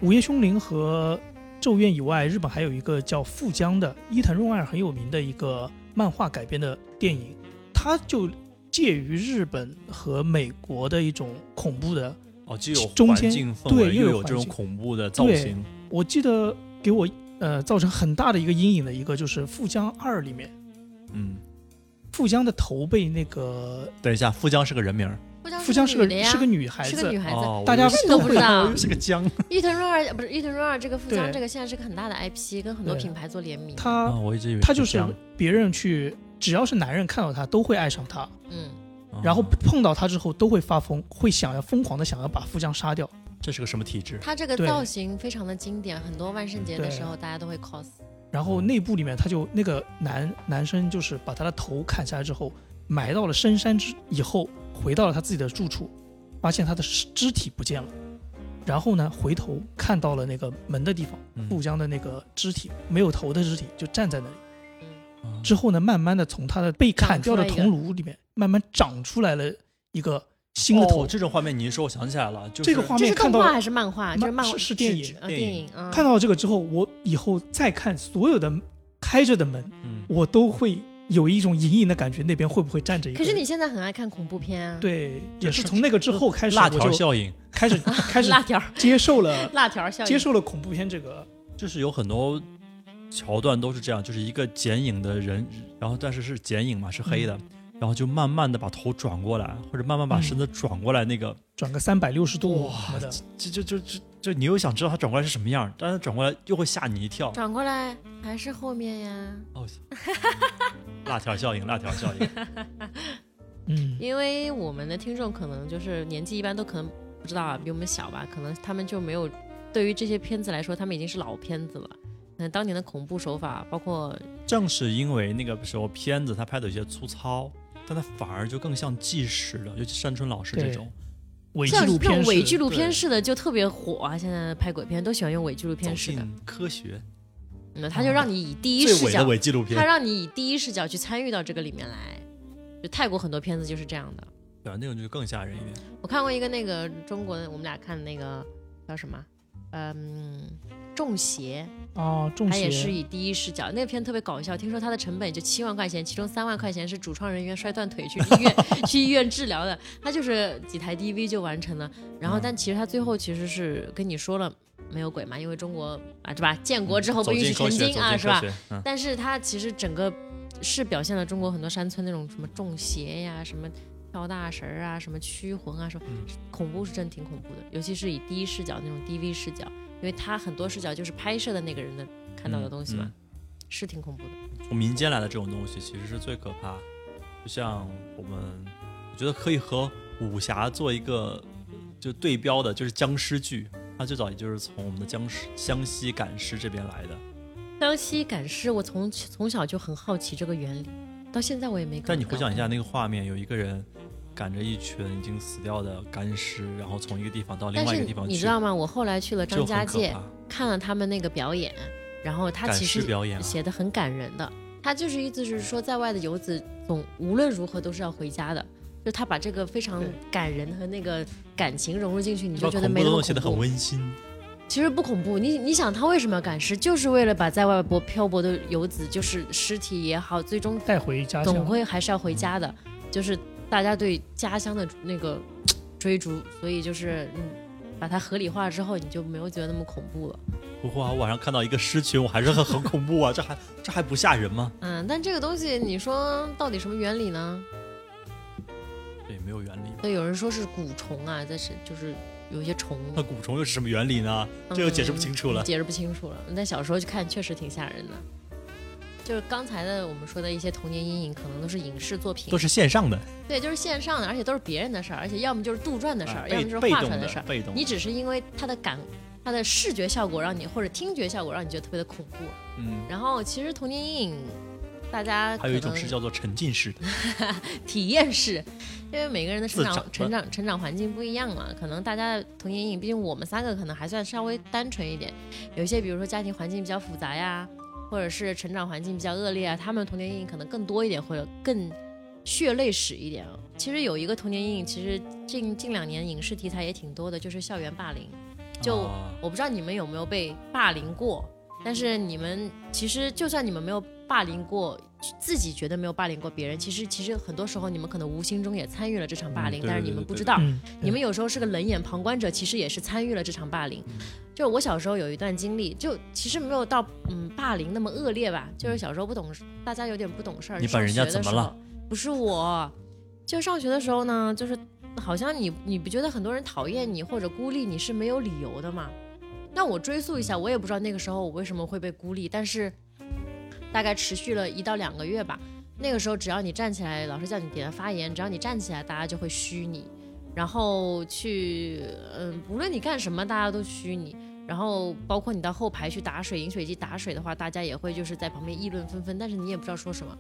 Speaker 3: 《午夜凶铃》和《咒怨》以外，日本还有一个叫《富江》的伊藤润二很有名的一个漫画改编的电影，它就介于日本和美国的一种恐怖的。
Speaker 1: 哦，既有
Speaker 3: 中
Speaker 1: 环
Speaker 3: 间
Speaker 1: 境氛
Speaker 3: 对
Speaker 1: 围，
Speaker 3: 又
Speaker 1: 又
Speaker 3: 有
Speaker 1: 有这
Speaker 3: 环
Speaker 1: 种
Speaker 3: 境
Speaker 1: 恐怖的造
Speaker 3: 对
Speaker 1: 型，
Speaker 3: 我记得给我呃造成很大的一个阴影的一个就是《富江二》里面，
Speaker 1: 嗯。
Speaker 3: 富江的头被那个
Speaker 1: 等一下，富江是个人名儿
Speaker 3: 富江是个
Speaker 2: 女的呀，
Speaker 3: 是个女孩
Speaker 2: 是
Speaker 3: 子，
Speaker 2: 个女孩子。
Speaker 1: 哦，我
Speaker 3: 大
Speaker 1: 以为
Speaker 3: 家
Speaker 1: 是
Speaker 2: 这都不知道
Speaker 1: 我以为是个江
Speaker 2: 伊藤润二不是伊藤润二这个富
Speaker 3: 对
Speaker 2: 江这个现在是个很大的 IP，跟很多
Speaker 3: 对
Speaker 2: 品牌做联名。
Speaker 1: 啊，
Speaker 3: 她
Speaker 1: 我一直以为
Speaker 3: 她就是
Speaker 1: 江
Speaker 3: 别人去只要是男人看到她都会爱上她，
Speaker 2: 嗯，
Speaker 3: 然后
Speaker 1: 哦
Speaker 3: 碰到她之后都会发疯，会想要疯狂的想要把富江杀掉。
Speaker 1: 这是个什么体质？
Speaker 2: 她这个
Speaker 3: 对
Speaker 2: 造型非常的经典，很多万圣节的
Speaker 3: 对
Speaker 2: 时候大家都会 cos。
Speaker 3: 然后内部里面他就那个男男生就是把他的头砍下来之后，埋到了深山之以后，回到了他自己的住处，发现他的尸肢体不见了。然后呢，回头看到了那个门的地方，
Speaker 1: 嗯
Speaker 3: 富江的那个肢体没有头的肢体就站在那里。
Speaker 1: 啊
Speaker 3: 之后呢，慢慢的从他的被砍掉的
Speaker 2: 长出来一
Speaker 3: 铜
Speaker 2: 个
Speaker 3: 炉里面，慢慢长出来了一个新的头。
Speaker 1: 哦这种画面你一说，我想起来了，就是
Speaker 3: 这个画
Speaker 2: 这
Speaker 3: 面
Speaker 2: 是
Speaker 3: 看
Speaker 2: 动
Speaker 3: 到
Speaker 2: 画还是漫画？
Speaker 3: 漫
Speaker 2: 就是漫画
Speaker 3: 是是电影
Speaker 2: 纸啊，
Speaker 1: 电
Speaker 2: 电
Speaker 1: 影
Speaker 2: 影啊。
Speaker 3: 看到这个之后，我以后再看所有的开着的门，
Speaker 1: 嗯，
Speaker 3: 我都会有一种隐隐的感觉，那边会不会站着一个
Speaker 2: 可
Speaker 3: 人？
Speaker 2: 是你现在很爱看恐怖片啊。
Speaker 3: 对，
Speaker 1: 这
Speaker 3: 也是
Speaker 1: 是
Speaker 3: 从那个之后开始，
Speaker 1: 辣
Speaker 3: 我
Speaker 1: 条
Speaker 3: 就
Speaker 1: 效应
Speaker 3: 开始开始
Speaker 2: 辣条，
Speaker 3: 接 受了
Speaker 2: 辣条效应。
Speaker 3: 接受了恐怖片这个，
Speaker 1: 就是有很多桥段都是这样，就是一个剪影的人，然后但是是剪影嘛，是黑
Speaker 2: 嗯
Speaker 1: 的，然后就慢慢的把头转过来，或者慢慢把
Speaker 3: 嗯
Speaker 1: 身子转过来，那个
Speaker 3: 转个三百六十度
Speaker 1: 哇
Speaker 3: 什么的，
Speaker 1: 就就就就就你又想知道他转过来是什么样，但是他转过来又会吓你一 跳。
Speaker 2: 转过来还是后面呀？
Speaker 1: 哦， 辣条效应，辣条效 应。
Speaker 3: 嗯，
Speaker 2: 因为我们的听众可能就是年纪一般都可能不知道啊，比我们小吧，可能他们就没有对于这些片子来说，他们已经是老片子了。嗯，当年的恐怖手法，包括
Speaker 1: 正是因为那个时候片子他拍的有些粗糙，但他反而就更像纪实了，尤其山村老师这
Speaker 3: 对
Speaker 1: 种
Speaker 3: 伪纪
Speaker 2: 像
Speaker 3: 录
Speaker 2: 这种
Speaker 3: 片
Speaker 2: 伪
Speaker 3: 是
Speaker 2: 纪录片
Speaker 1: 对
Speaker 2: 式的就特别火啊！现在拍鬼片都喜欢用伪纪录
Speaker 1: 走
Speaker 2: 片式的，
Speaker 1: 进科学
Speaker 2: 嗯，他就让你以第一
Speaker 1: 最
Speaker 2: 视
Speaker 1: 伪的
Speaker 2: 角，
Speaker 1: 伪纪录
Speaker 2: 他
Speaker 1: 片，
Speaker 2: 让你以第一视角去参与到这个里面来。就泰国很多片子就是这样的。
Speaker 1: 对啊，那种就更吓人一点。
Speaker 2: 我看过一个那个中国的，我们俩看的那个叫什么？嗯，中邪，
Speaker 3: 啊，中
Speaker 2: 他也是
Speaker 3: 邪
Speaker 2: 以第一视角，那个片特别搞笑。听说它的成本也就七万块钱，其中三万块钱是主创人员摔断腿去医院 去医院治疗的，他就是几台 DV 就完成了。然后，
Speaker 1: 嗯
Speaker 2: 但其实他最后其实是跟你说了没有鬼嘛，因为中国啊，是吧？建国之后
Speaker 1: 嗯
Speaker 2: 不
Speaker 1: 走
Speaker 2: 允许
Speaker 1: 进
Speaker 2: 成
Speaker 1: 科学，
Speaker 2: 精
Speaker 1: 走
Speaker 2: 啊，
Speaker 1: 进
Speaker 2: 是吧
Speaker 1: 科？学。嗯，
Speaker 2: 但是它其实整个是表现了中国很多山村那种什么中邪呀、什么跳大神儿啊、什么驱魂啊，什么、
Speaker 1: 嗯
Speaker 2: 恐怖是真挺恐怖的，尤其是以第一视角那种 DV 视角，因为它很多视角就是拍摄的那个人的看到的东西嘛，
Speaker 1: 嗯
Speaker 2: 是挺恐怖的。
Speaker 1: 从民间来的这种东西其实是最可怕的。就像我们，我觉得可以和武侠做一个就对标的，就是僵尸剧。它最早也就是从我们的僵尸湘西赶尸这边来的。
Speaker 2: 湘西赶尸，我从从小就很好奇这个原理，到现在我也没搞。
Speaker 1: 但你回想一
Speaker 2: 嗯
Speaker 1: 下那个画面，有一个人赶着一群已经死掉的干尸，然后从一个地方到另
Speaker 2: 但
Speaker 1: 外一
Speaker 2: 是
Speaker 1: 个地方去，
Speaker 2: 你知道吗？我后来去了
Speaker 1: 就
Speaker 2: 张家
Speaker 1: 很可
Speaker 2: 界，
Speaker 1: 怕。
Speaker 2: 看了他们那个表演，然后他
Speaker 1: 赶
Speaker 2: 其
Speaker 1: 尸
Speaker 2: 实
Speaker 1: 表演啊，
Speaker 2: 写的很感人的。他就是意思是说，在外的游子总无论如何都是要回家的，就他把这个非常
Speaker 3: 对
Speaker 2: 感人和那个感情融入进去，你
Speaker 1: 把
Speaker 2: 就觉得
Speaker 1: 恐怖
Speaker 2: 没
Speaker 1: 的
Speaker 2: 那
Speaker 1: 东
Speaker 2: 么
Speaker 1: 西写的很
Speaker 2: 恐怖。
Speaker 1: 温馨，
Speaker 2: 其实不恐怖，你你想他为什么要赶尸，就是为了把在外泊漂泊的游子，就是尸体也好，最终
Speaker 3: 带回家乡，
Speaker 2: 总归还是要回家的，就是大家对家乡的那个追逐，所以就是嗯，把它合理化之后，你就没有觉得那么恐怖了。
Speaker 1: 不过啊我晚上看到一个尸群，我还是很 很恐怖啊！这还这还不吓人吗？
Speaker 2: 嗯，但这个东西你说到底什么原理呢？
Speaker 1: 这也没有原理。
Speaker 2: 对，有人说是蛊虫啊，但是就是有一些虫，嗯
Speaker 1: 那蛊虫又是什么原理呢？这又解释不清楚了。
Speaker 2: 解释不清楚了。但小时候去看确实挺吓人的。就是刚才的我们说的一些童年阴影，可能都是影视作品
Speaker 1: 都，是线上的，
Speaker 2: 对，就是线上的，而且都是别人的事儿，而且要么就是杜撰的事
Speaker 1: 啊
Speaker 2: 儿，要
Speaker 1: 被
Speaker 2: 么就是
Speaker 1: 被
Speaker 2: 画出
Speaker 1: 动
Speaker 2: 来
Speaker 1: 的
Speaker 2: 事儿。
Speaker 1: 被动的。
Speaker 2: 你只是因为它的感，它的视觉效果让你或者听觉效果让你觉得特别的恐怖。
Speaker 1: 嗯，
Speaker 2: 然后其实童年阴影，大家
Speaker 1: 还有一
Speaker 2: 可
Speaker 1: 种
Speaker 2: 能
Speaker 1: 是叫做沉浸式的，
Speaker 2: 体验式，因为每个人的成
Speaker 1: 自
Speaker 2: 长
Speaker 1: 找、的
Speaker 2: 成长、成长环境不一样嘛，可能大家的童年阴影，毕竟我们三个可能还算稍微单纯一点，有一些比如说家庭环境比较复杂呀，或者是成长环境比较恶劣啊，他们的童年阴影可能更多一点，或者更血泪史一点啊。其实有一个童年阴影，其实近近两年影视题材也挺多的，就是校园霸凌。 就
Speaker 1: 啊
Speaker 2: 我不知道你们有没有被霸凌过，但是你们其实就算你们没有霸凌过，自己觉得没有霸凌过别人，其实其实很多时候你们可能无形中也参与了这场霸
Speaker 1: 嗯
Speaker 2: 凌，
Speaker 1: 对
Speaker 2: 但是
Speaker 1: 对
Speaker 2: 你们
Speaker 1: 对
Speaker 2: 不
Speaker 1: 对
Speaker 2: 知道。
Speaker 3: 嗯，
Speaker 2: 你们有时候是个冷眼旁观者，其实也是参与了这场霸
Speaker 1: 嗯
Speaker 2: 凌。就是我小时候有一段经历，就其实没有到嗯霸凌那么恶劣吧，就是小时候不懂事，大家有点不懂事
Speaker 1: 嗯
Speaker 2: 儿。
Speaker 1: 你把人家
Speaker 2: 上学
Speaker 1: 怎么
Speaker 2: 的时候
Speaker 1: 了？
Speaker 2: 不是我，就上学的时候呢，就是好像你你不觉得很多人讨厌你或者孤立你是没有理由的嘛？那我追溯一
Speaker 1: 嗯
Speaker 2: 下，我也不知道那个时候我为什么会被孤立，但是大概持续了一到两个月吧。那个时候，只要你站起来，老师叫你点发言，只要你站起来，大家就会虚你，然后去，嗯，无论你干什么，大家都虚你。然后包括你到后排去打水，饮水机打水的话，大家也会就是在旁边议论纷纷，但是你也不知道说什么。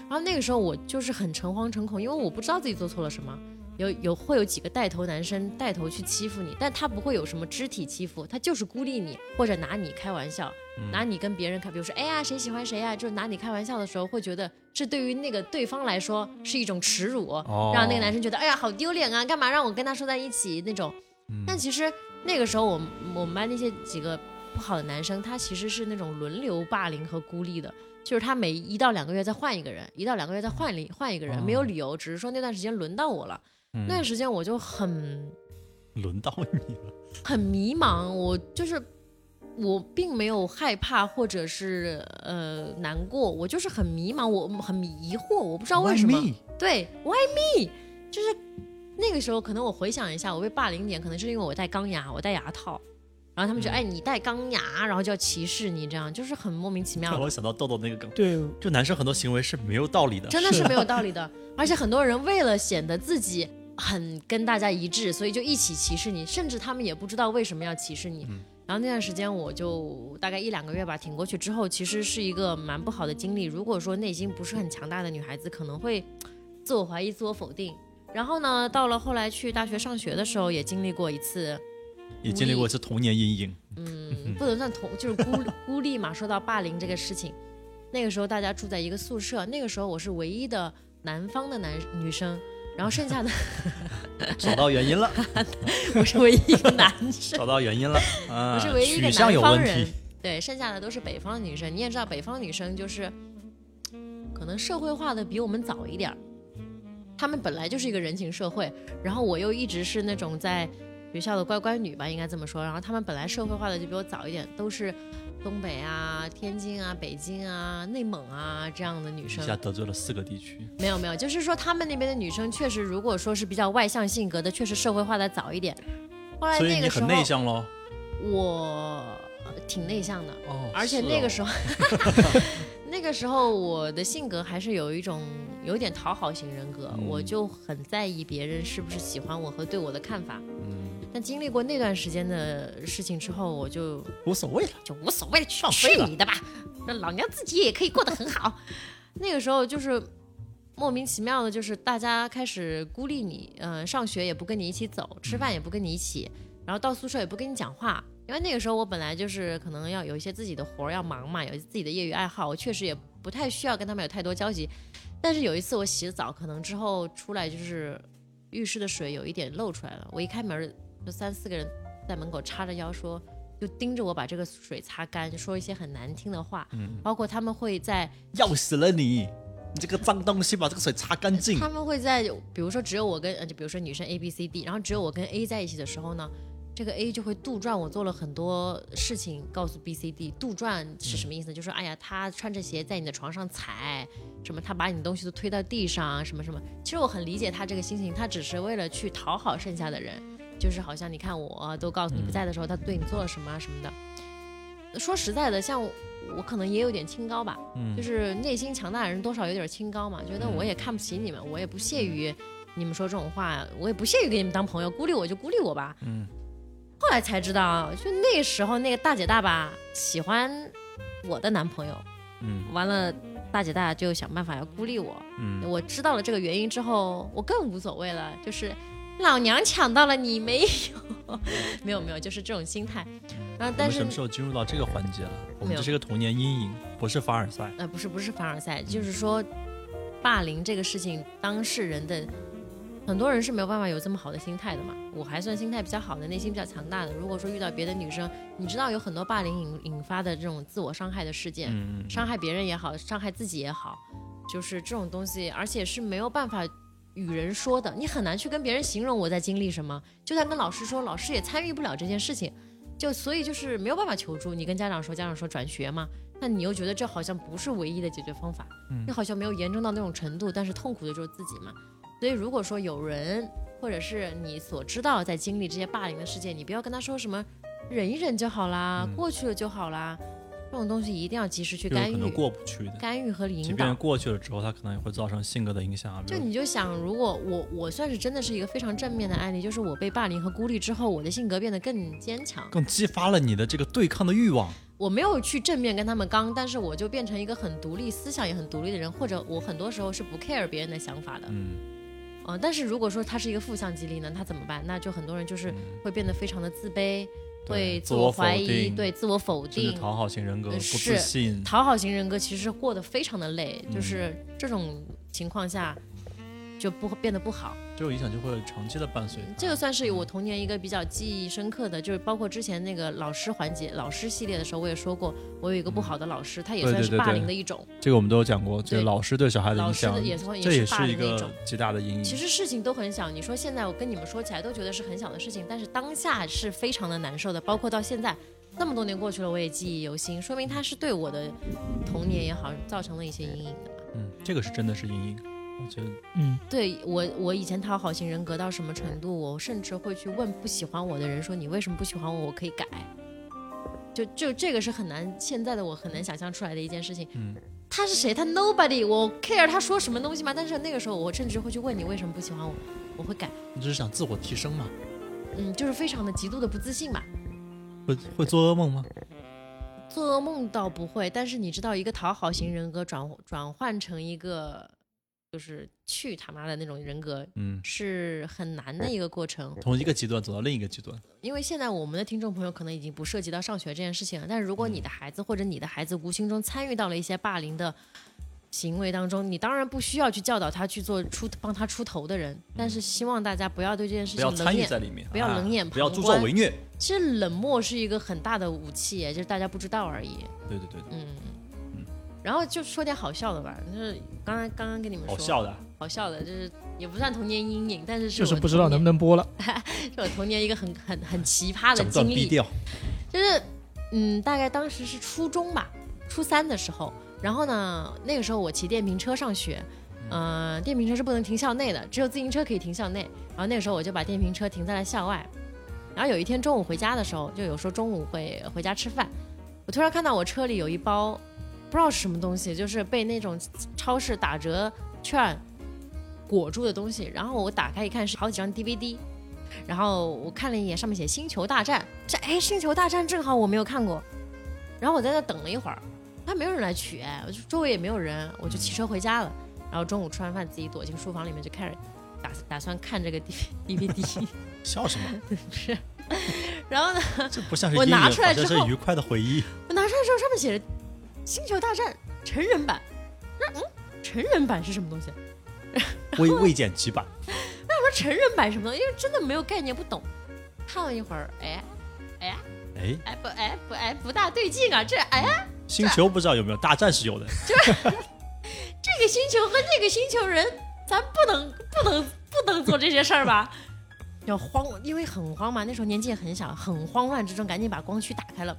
Speaker 2: 然后那个时候我就是很诚惶诚恐，因为我不知道自己做错了什么。有有会有几个带头男生带头去欺负你，但他不会有什么肢体欺负，他就是孤立你或者拿你开玩笑，拿你跟别人开，比如说哎呀谁喜欢谁呀、就是拿你开玩笑的时候，会觉得这对于那个对方来说是一种耻辱，
Speaker 1: 哦
Speaker 2: 让那个男生觉得哎呀好丢脸啊，干嘛让我跟他说在一起那种。
Speaker 1: 嗯
Speaker 2: 但其实那个时候我们我们班那些几个不好的男生，他其实是那种轮流霸凌和孤立的，就是他每一到两个月再换一个人，一到两个月再换另换一个人，没有理由，只是说那段时间轮到我了。
Speaker 1: 嗯
Speaker 2: 那段时间我就很
Speaker 1: 轮到你了，
Speaker 2: 很迷茫，我就是我并没有害怕或者是呃难过，我就是很迷茫，我很疑惑，我不知道为什么。
Speaker 1: Why me？
Speaker 2: 对，Why me？就是那个时候，可能我回想一下，我被霸凌点，可能是因为我戴钢牙，我戴牙套，然后他们就、哎你戴钢牙，然后就要歧视你，这样就是很莫名其妙
Speaker 1: 让
Speaker 2: 的
Speaker 1: 我想到豆豆那个梗，
Speaker 3: 对，
Speaker 1: 就男生很多行为是没有道理的，
Speaker 2: 真的是没有道理的。而且很多人为了显得自己很跟大家一致，所以就一起歧视你，甚至他们也不知道为什么要歧视你。然后那段时间我就大概一两个月吧，挺过去之后，其实是一个蛮不好的经历。如果说内心不是很强大的女孩子，可能会自我怀疑、自我否定。然后呢，到了后来去大学上学的时候，也经历过一次，
Speaker 1: 也经历过一次童年阴影，
Speaker 2: 嗯，不能算同，就是孤孤立 嘛。说到霸凌这个事情，那个时候大家住在一个宿舍，那个时候我是唯一的南方的男女生，然后剩下的
Speaker 1: 找到原因了，
Speaker 2: 我是唯一一个男生，
Speaker 1: 找到原 因了，啊，
Speaker 2: 我是唯一一个
Speaker 1: 取向
Speaker 2: 南
Speaker 1: 有
Speaker 2: 方
Speaker 1: 问
Speaker 2: 人
Speaker 1: 题，。
Speaker 2: 对，剩下的都是北方女生。你也知道，北方女生就是可能社会化的比我们早一点儿，她们本来就是一个人情社会，然后我又一直是那种在学校的乖乖女吧，应该这么说。然后她们本来社会化的就比我早一点，都是东北啊、天津啊、北京啊、内蒙啊这样的女生
Speaker 1: 一。下得罪了四个地区，
Speaker 2: 没有没有，就是说她们那边的女生确实，如果说是比较外向性格的，确实社会化的早一点。后来
Speaker 1: 所以
Speaker 2: 那
Speaker 1: 你
Speaker 2: 个时
Speaker 1: 很
Speaker 2: 候，
Speaker 1: 内向喽。
Speaker 2: 我呃挺内向的。
Speaker 1: 哦
Speaker 2: 而且那个时
Speaker 1: 候
Speaker 2: 候， 那个时候我的性格还是有一种有点讨好型人格，
Speaker 1: 嗯
Speaker 2: 我就很在意别人是不是喜欢我和对我的看法。
Speaker 1: 嗯
Speaker 2: 但经历过那段时间的事情之后，我就
Speaker 1: 无所谓了，
Speaker 2: 就无所谓了，去
Speaker 1: 放飞
Speaker 2: 去
Speaker 1: 了
Speaker 2: 你的吧，那老娘自己也可以过得很好。那个时候就是莫名其妙的，就是大家开始孤立你，嗯、上学也不跟你一起走，吃饭也不跟你一起，然后到宿舍也不跟你讲话。因为那个时候我本来就是可能要有一些自己的活儿要忙嘛，有自己的业余爱好，我确实也不太需要跟他们有太多交集。但是有一次我洗澡，可能之后出来就是浴室的水有一点漏出来了，我一开门儿就三四个人在门口叉着腰说，就盯着我把这个水擦干，说一些很难听的话，包括他们会在
Speaker 1: 要死了你！你这个脏东西，把这个水擦干净
Speaker 2: 他。们会在比如说只有我跟呃就比如说女生 A B C D，然后只有我跟 A 在一起的时候呢。这个 A 就会杜撰我做了很多事情，告诉 B、C、D。杜撰是什么意思呢？就是哎呀，他穿着鞋在你的床上踩，什么他把你的东西都推到地上，什么什么。其实我很理解他这个心情，他只是为了去讨好剩下的人，就是好像你看我都告诉你不在的时候，他对你做了什么啊什么的。说实在的，像我可能也有点清高吧，
Speaker 1: 嗯，
Speaker 2: 就是内心强大的人多少有点清高嘛，觉得
Speaker 1: 嗯
Speaker 2: 我也看不起你们，我也不屑于你们说这种话，我也不屑于跟你们当朋友，孤立我就孤立我吧。
Speaker 1: 嗯，
Speaker 2: 后来才知道，就那时候那个大姐大吧喜欢我的男朋友，
Speaker 1: 嗯
Speaker 2: 完了大姐大就想办法要孤立我。
Speaker 1: 嗯
Speaker 2: 我知道了这个原因之后，我更无所谓了，就是老娘抢到了你没有？ 没有没有，就是这种心态。然后
Speaker 1: 我
Speaker 2: 但
Speaker 1: 们
Speaker 2: 是
Speaker 1: 什么时候进入到这个环节了？我们
Speaker 2: 没有
Speaker 1: 这是个童年阴影，不是凡尔赛。
Speaker 2: 呃，不是不是凡尔赛，就是说霸凌这个事情，当事人的很多人是没有办法有这么好的心态的嘛。我还算心态比较好的，内心比较强大的。如果说遇到别的女生，你知道有很多霸凌引引发的这种自我伤害的事件，
Speaker 1: 嗯嗯
Speaker 2: 伤害别人也好，伤害自己也好，就是这种东西，而且是没有办法与人说的，你很难去跟别人形容我在经历什么。就算跟老师说，老师也参与不了这件事情，就所以就是没有办法求助。你跟家长说，家长说转学嘛，那你又觉得这好像不是唯一的解决方法，
Speaker 1: 嗯
Speaker 2: 你好像没有严重到那种程度，但是痛苦的就是自己嘛。所以如果说有人或者是你所知道在经历这些霸凌的事件，你不要跟他说什么忍一忍就好啦，
Speaker 1: 嗯
Speaker 2: 过去了就好啦。这种东西一定要及时去
Speaker 1: 就有
Speaker 2: 干
Speaker 1: 可能
Speaker 2: 预，
Speaker 1: 过不去的。
Speaker 2: 干预和
Speaker 1: 即
Speaker 2: 引
Speaker 1: 便
Speaker 2: 导。
Speaker 1: 过去了之后，它可能也会造成性格的影响啊。比
Speaker 2: 就
Speaker 1: 如
Speaker 2: 你就想，如果我我算是真的是一个非常正面的案例，就是我被霸凌和孤立之后，我的性格变得更坚强。
Speaker 1: 更激发了你的这个对抗的欲望。
Speaker 2: 我没有去正面跟他们刚，但是我就变成一个很独立、思想也很独立的人，或者我很多时候是不 care 别人的想法的。
Speaker 1: 嗯，
Speaker 2: 嗯、但是如果说他是一个负向激励呢，他怎么办？那就很多人就是
Speaker 1: 嗯
Speaker 2: 会变得非常的自卑，会
Speaker 1: 对，
Speaker 2: 自
Speaker 1: 我否
Speaker 2: 怀疑，
Speaker 1: 定，
Speaker 2: 对自我否
Speaker 1: 甚至
Speaker 2: 定，
Speaker 1: 讨好型人格，
Speaker 2: 呃
Speaker 1: 不
Speaker 2: 是
Speaker 1: 自信。
Speaker 2: 讨好型人格其实过得非常的累，
Speaker 1: 嗯
Speaker 2: 就是这种情况下就不变得不好。
Speaker 1: 这种影响就会长期的伴随他。
Speaker 2: 这个算是我童年一个比较记忆深刻的，就是包括之前那个老师环节、老师系列的时候，我也说过，我有一个不好的老师，他也
Speaker 1: 对对
Speaker 2: 算是
Speaker 1: 对
Speaker 2: 霸
Speaker 1: 对
Speaker 2: 凌的一种，
Speaker 1: 这个我们都有讲过，就是
Speaker 2: 对
Speaker 1: 老师对小孩的
Speaker 2: 老
Speaker 1: 影
Speaker 2: 师的
Speaker 1: 响，
Speaker 2: 也算
Speaker 1: 这也
Speaker 2: 是霸
Speaker 1: 是一
Speaker 2: 凌的一种
Speaker 1: 个。极大的阴影。
Speaker 2: 其实事情都很小，你说现在我跟你们说起来都觉得是很小的事情，但是当下是非常的难受的，包括到现在那么多年过去了，我也记忆犹新，说明他是对我的童年也好造成了一些阴影的。
Speaker 1: 嗯，这个是真的是阴影。我觉得
Speaker 3: 嗯，
Speaker 2: 对我，我以前讨好型人格到什么程度，我甚至会去问不喜欢我的人说：“你为什么不喜欢我？我可以改。就”就这个是很难，现在的我很难想象出来的一件事情。
Speaker 1: 嗯
Speaker 2: 他是谁？他 nobody，我 care 他说什么东西吗？但是那个时候，我甚至会去问你为什么不喜欢我，我会改。
Speaker 1: 你只是想自我提升嘛？
Speaker 2: 嗯，就是非常的极度的不自信吧。
Speaker 1: 会会做噩梦吗？
Speaker 2: 做噩梦倒不会，但是你知道，一个讨好型人格转转换成一个就是去他妈的那种人格，
Speaker 1: 嗯，
Speaker 2: 是很难的一个过程。
Speaker 1: 从一个极端走到另一个极端。
Speaker 2: 因为现在我们的听众朋友可能已经不涉及到上学这件事情了，但是如果
Speaker 1: 嗯
Speaker 2: 你的孩子或者你的孩子无形中参与到了一些霸凌的行为当中，你当然不需要去教导他去做出帮他出头的人，但是希望大家不要对这件事
Speaker 1: 嗯不要
Speaker 2: 情冷
Speaker 1: 参与
Speaker 2: 眼。
Speaker 1: 在里面，
Speaker 2: 不要
Speaker 1: 啊
Speaker 2: 冷眼
Speaker 1: 不要
Speaker 2: 旁
Speaker 1: 助
Speaker 2: 观
Speaker 1: 纣为虐。
Speaker 2: 其实冷漠是一个很大的武器，就是大家不知道而已。
Speaker 1: 对对对对，
Speaker 2: 嗯，然后就说点好笑的吧，就是刚刚刚刚跟你们说
Speaker 1: 好笑的啊。
Speaker 2: 好笑的，就是也不算童年阴影，但是是
Speaker 3: 就是
Speaker 2: 我
Speaker 3: 不知道
Speaker 2: 童
Speaker 3: 能不
Speaker 2: 年
Speaker 3: 能播了。
Speaker 2: 是我童年一个很很很奇葩的
Speaker 1: 整段
Speaker 2: 经历
Speaker 1: B。调，
Speaker 2: 就是嗯，大概当时是初中吧，初三的时候。然后呢，那个时候我骑电瓶车上学，嗯、电瓶车是不能停校内的，只有自行车可以停校内。然后那个时候我就把电瓶车停在了校外。然后有一天中午回家的时候，就有时候中午会回家吃饭，我突然看到我车里有一包不知道是什么东西，就是被那种超市打折券裹住的东西。然后我打开一看，是好几张 DVD。然后我看了一眼，上面写《星球大战》，这哎，《星球大战》正好我没有看过，然后我在那等了一会儿，还没有人来取，哎，我就周围也没有人，我就骑车回家了。然后中午吃完饭，自己躲进书房里面就开始打打算看这个 D DVD，
Speaker 1: 笑什么？
Speaker 2: 然后呢，
Speaker 1: 这不像是
Speaker 2: 我
Speaker 1: 阴影，
Speaker 2: 拿
Speaker 1: 好
Speaker 2: 出来
Speaker 1: 像
Speaker 2: 之
Speaker 1: 是
Speaker 2: 后
Speaker 1: 愉快的回 忆。
Speaker 2: 我拿出来之后，上面写着《星球大战》成人版，那嗯，成人版是什么东西？
Speaker 1: 未未剪辑版，
Speaker 2: 我说成人版什么东西？因为真的没有概念，不懂。看了一会儿，哎
Speaker 1: 哎，
Speaker 2: 哎不哎不哎不大对劲啊，这哎
Speaker 1: 星球不知道有没有，大战是 有的。
Speaker 2: 这个星球和那个星球人，咱不能不能不能做这些事儿吧？ 要慌，因为很慌嘛，那时候年纪也很小，很慌乱之中，赶紧把光驱打开了，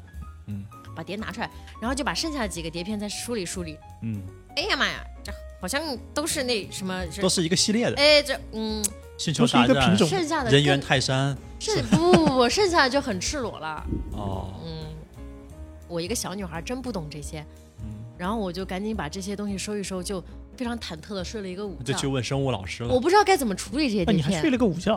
Speaker 1: 嗯，
Speaker 2: 把碟拿出来，然后就把剩下的几个碟片再梳理梳理。
Speaker 1: 嗯，
Speaker 2: 哎呀妈呀，这好像都是那什么，
Speaker 1: 都
Speaker 2: 这
Speaker 1: 是一个系列的。
Speaker 2: 哎这嗯，
Speaker 1: 星球
Speaker 3: 都是一
Speaker 1: 大
Speaker 3: 个
Speaker 1: 战
Speaker 3: 品种
Speaker 2: 剩下的
Speaker 1: 人猿
Speaker 2: 更
Speaker 1: 泰山
Speaker 2: 是不不不，剩下的就很赤裸了，
Speaker 1: 哦，
Speaker 2: 嗯，我一个小女孩真不懂这些，
Speaker 1: 嗯，
Speaker 2: 然后我就赶紧把这些东西收一收，就非常忐忑的睡了一个午
Speaker 1: 就去
Speaker 2: 觉。
Speaker 1: 问生物老师了
Speaker 2: 我。不知道该怎么处理这些
Speaker 3: 那
Speaker 2: 底
Speaker 3: 你还
Speaker 2: 片
Speaker 3: 睡了个午觉，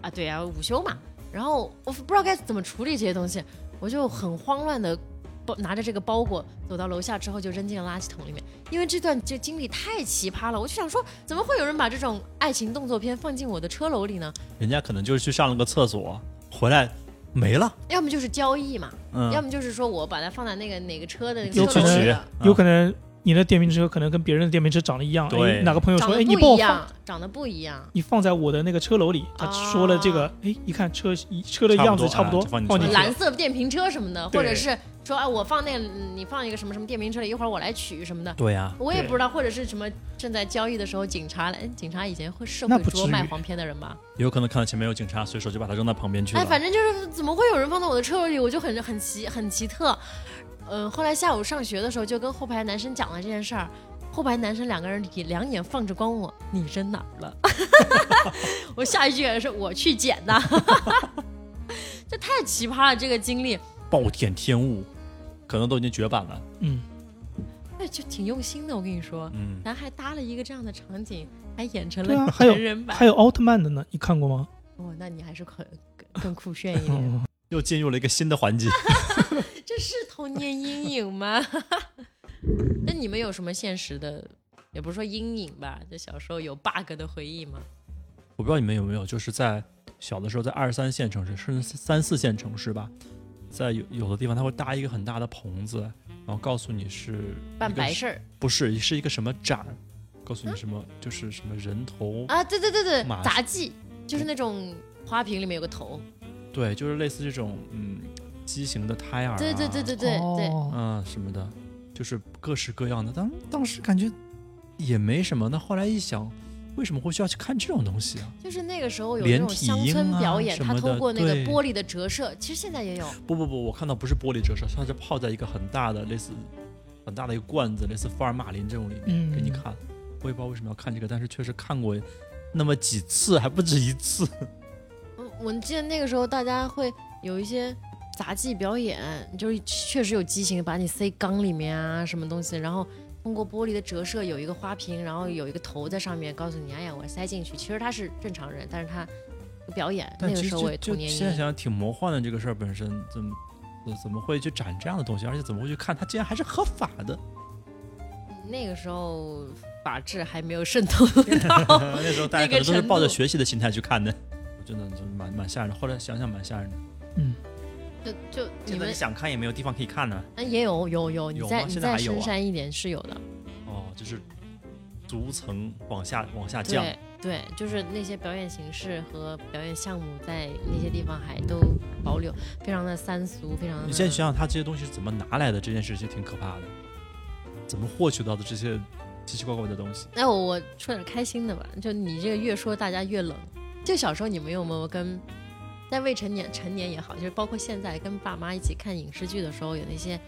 Speaker 2: 啊，对啊，午休嘛。然后我不知道该怎么处理这些东西，我就很慌乱的包拿着这个包裹走到楼下之后就扔进了垃圾桶里面，因为这段这经历太奇葩了，我就想说怎么会有人把这种爱情动作片放进我的车篓里呢？
Speaker 1: 人家可能就是去上了个厕所，回来没了。
Speaker 2: 要么就是交易嘛，要
Speaker 1: 嗯，
Speaker 2: 么就是说我把它放在那个哪个车的那
Speaker 3: 有
Speaker 2: 个
Speaker 3: 可
Speaker 2: 车
Speaker 3: 能
Speaker 2: 篓里了，
Speaker 1: 啊
Speaker 3: 有可能你的电瓶车可能跟别人的电瓶车长得一样，
Speaker 1: 对
Speaker 3: 哎，哪个朋友
Speaker 2: 长
Speaker 3: 说，
Speaker 2: 得
Speaker 3: 哎，你帮
Speaker 2: 不
Speaker 3: 我
Speaker 2: 一
Speaker 3: 放，
Speaker 2: 样，长得不一样。
Speaker 3: 你放在我的那个车篓里，他
Speaker 2: 啊
Speaker 3: 说了这个，哎，一看车
Speaker 1: 差不
Speaker 3: 车的
Speaker 1: 多
Speaker 3: 样子差不多，
Speaker 1: 啊就放你
Speaker 3: 放进去
Speaker 1: 车
Speaker 3: 了
Speaker 1: 里
Speaker 2: 蓝色电瓶车什么的，
Speaker 3: 哦对
Speaker 2: 或者是说啊，我放那个嗯你放一个什么什么电瓶车里，一会儿我来取什么的，
Speaker 1: 对呀、
Speaker 2: 我也不知道，或者是什么正在交易的时候，警察来，警察以前会是
Speaker 3: 那
Speaker 2: 会
Speaker 3: 不
Speaker 2: 捉
Speaker 3: 至于
Speaker 2: 卖黄片的人吧？
Speaker 1: 有可能看到前面有警察，随手就把他扔到旁边去了。
Speaker 2: 哎，反正就是怎么会有人放到我的车里，我就很很奇很奇特。嗯、后来下午上学的时候就跟后排男生讲了这件事儿，后排男生两个人也两眼放着光问我，你扔哪儿 了？我下一句也是我去捡 的，这太奇葩了这个经历，
Speaker 1: 暴殄天物，可能都已经绝版了。
Speaker 3: 嗯，
Speaker 2: 哎，就挺用心的，我跟你说。
Speaker 1: 嗯，
Speaker 2: 咱还搭了一个这样的场景，还演成
Speaker 3: 对啊
Speaker 2: 了
Speaker 3: 还有
Speaker 2: 成人版。
Speaker 3: 还有奥特曼的呢，你看过吗？
Speaker 2: 哦，那你还是可更更酷炫一 点。
Speaker 3: 嗯，
Speaker 1: 又进入了一个新的环 节。
Speaker 2: 这是童年阴影吗？ 那你们有什么现实的，也不是说阴影吧，就小时候有 bug 的回忆吗？
Speaker 1: 我不知道你们有没有，就是在小的时候，在二三线城市，甚至三四线城市吧，在有有的地方，它会搭一个很大的棚子，然后告诉你是
Speaker 2: 办
Speaker 1: 一个
Speaker 2: 白事儿
Speaker 1: 不是是一个什么展，告诉你什么、就是什么人头，
Speaker 2: 啊？对对对对
Speaker 1: 马，
Speaker 2: 杂技就是那种花瓶里面有个头。
Speaker 1: 对，就是类似这种嗯畸形的胎儿、啊，
Speaker 2: 对对对对对对，
Speaker 3: 哦
Speaker 1: 嗯，什么的，就是各式各样的。当当时感觉也没什么，那后来一想，为什么会需要去看这种东西啊？
Speaker 2: 就是那个时候有那
Speaker 1: 连
Speaker 2: 种
Speaker 1: 体
Speaker 2: 乡
Speaker 1: 婴
Speaker 2: 村
Speaker 1: 啊
Speaker 2: 表演，
Speaker 1: 什
Speaker 2: 他
Speaker 1: 么
Speaker 2: 通
Speaker 1: 的
Speaker 2: 过那个
Speaker 1: 对
Speaker 2: 玻璃的折射，其实现在也有。
Speaker 1: 不不不，我看到不是玻璃折射，它是泡在一个很大的类似很大的一个罐子，类似福尔马林这种里面、
Speaker 3: 嗯
Speaker 1: 给你看。我也不知道为什么要看这个，但是确实看过那么几次，还不止一 次。
Speaker 2: 嗯，我记得那个时候大家会有一些杂技表演，就是确实有畸形，把你塞缸里面啊，什么东西，然后通过玻璃的折射有一个花瓶，然后有一个头在上面，告诉你，哎呀，我塞进去。其实他是正常人，但是他表演那
Speaker 1: 但
Speaker 2: 个
Speaker 1: 其
Speaker 2: 时
Speaker 1: 实
Speaker 2: 候我
Speaker 1: 就
Speaker 2: 也
Speaker 1: 就
Speaker 2: 童年
Speaker 1: 现
Speaker 2: 阴
Speaker 1: 在想
Speaker 2: 影。
Speaker 1: 想挺魔幻的，这个事儿本身怎么怎怎么会去展这样的东西，而且怎么会去看？它竟然还是合法的。
Speaker 2: 那个时候法制还没有渗透到，
Speaker 1: 那时候大家
Speaker 2: 那
Speaker 1: 可
Speaker 2: 个
Speaker 1: 能都是
Speaker 2: 程
Speaker 1: 抱着
Speaker 2: 度
Speaker 1: 学习的心态去看的， 真的就蛮蛮吓人的。后来想想蛮吓人的，
Speaker 3: 嗯，
Speaker 2: 就就你
Speaker 1: 现在
Speaker 2: 们
Speaker 1: 你想看也没有地方可以看呢。
Speaker 2: 啊也有有有，你
Speaker 1: 有
Speaker 2: 在
Speaker 1: 吗
Speaker 2: 你
Speaker 1: 现在
Speaker 2: 在
Speaker 1: 还有
Speaker 2: 深
Speaker 1: 啊
Speaker 2: 山一点是有的。
Speaker 1: 哦，就是逐层往下往下降。
Speaker 2: 对对，就是那些表演形式和表演项目在那些地方还都保留，非常的三俗，非常的。
Speaker 1: 你现在想想，他这些东西是怎么拿来的，这件事情挺可怕的。怎么获取到的这些奇奇怪怪的东西？
Speaker 2: 那我我说点开心的吧，就你这个越说大家越冷。就小时候你们有没有跟，在未成年、成年也好，就是包括现在跟爸妈一起看影视剧的时候，有那些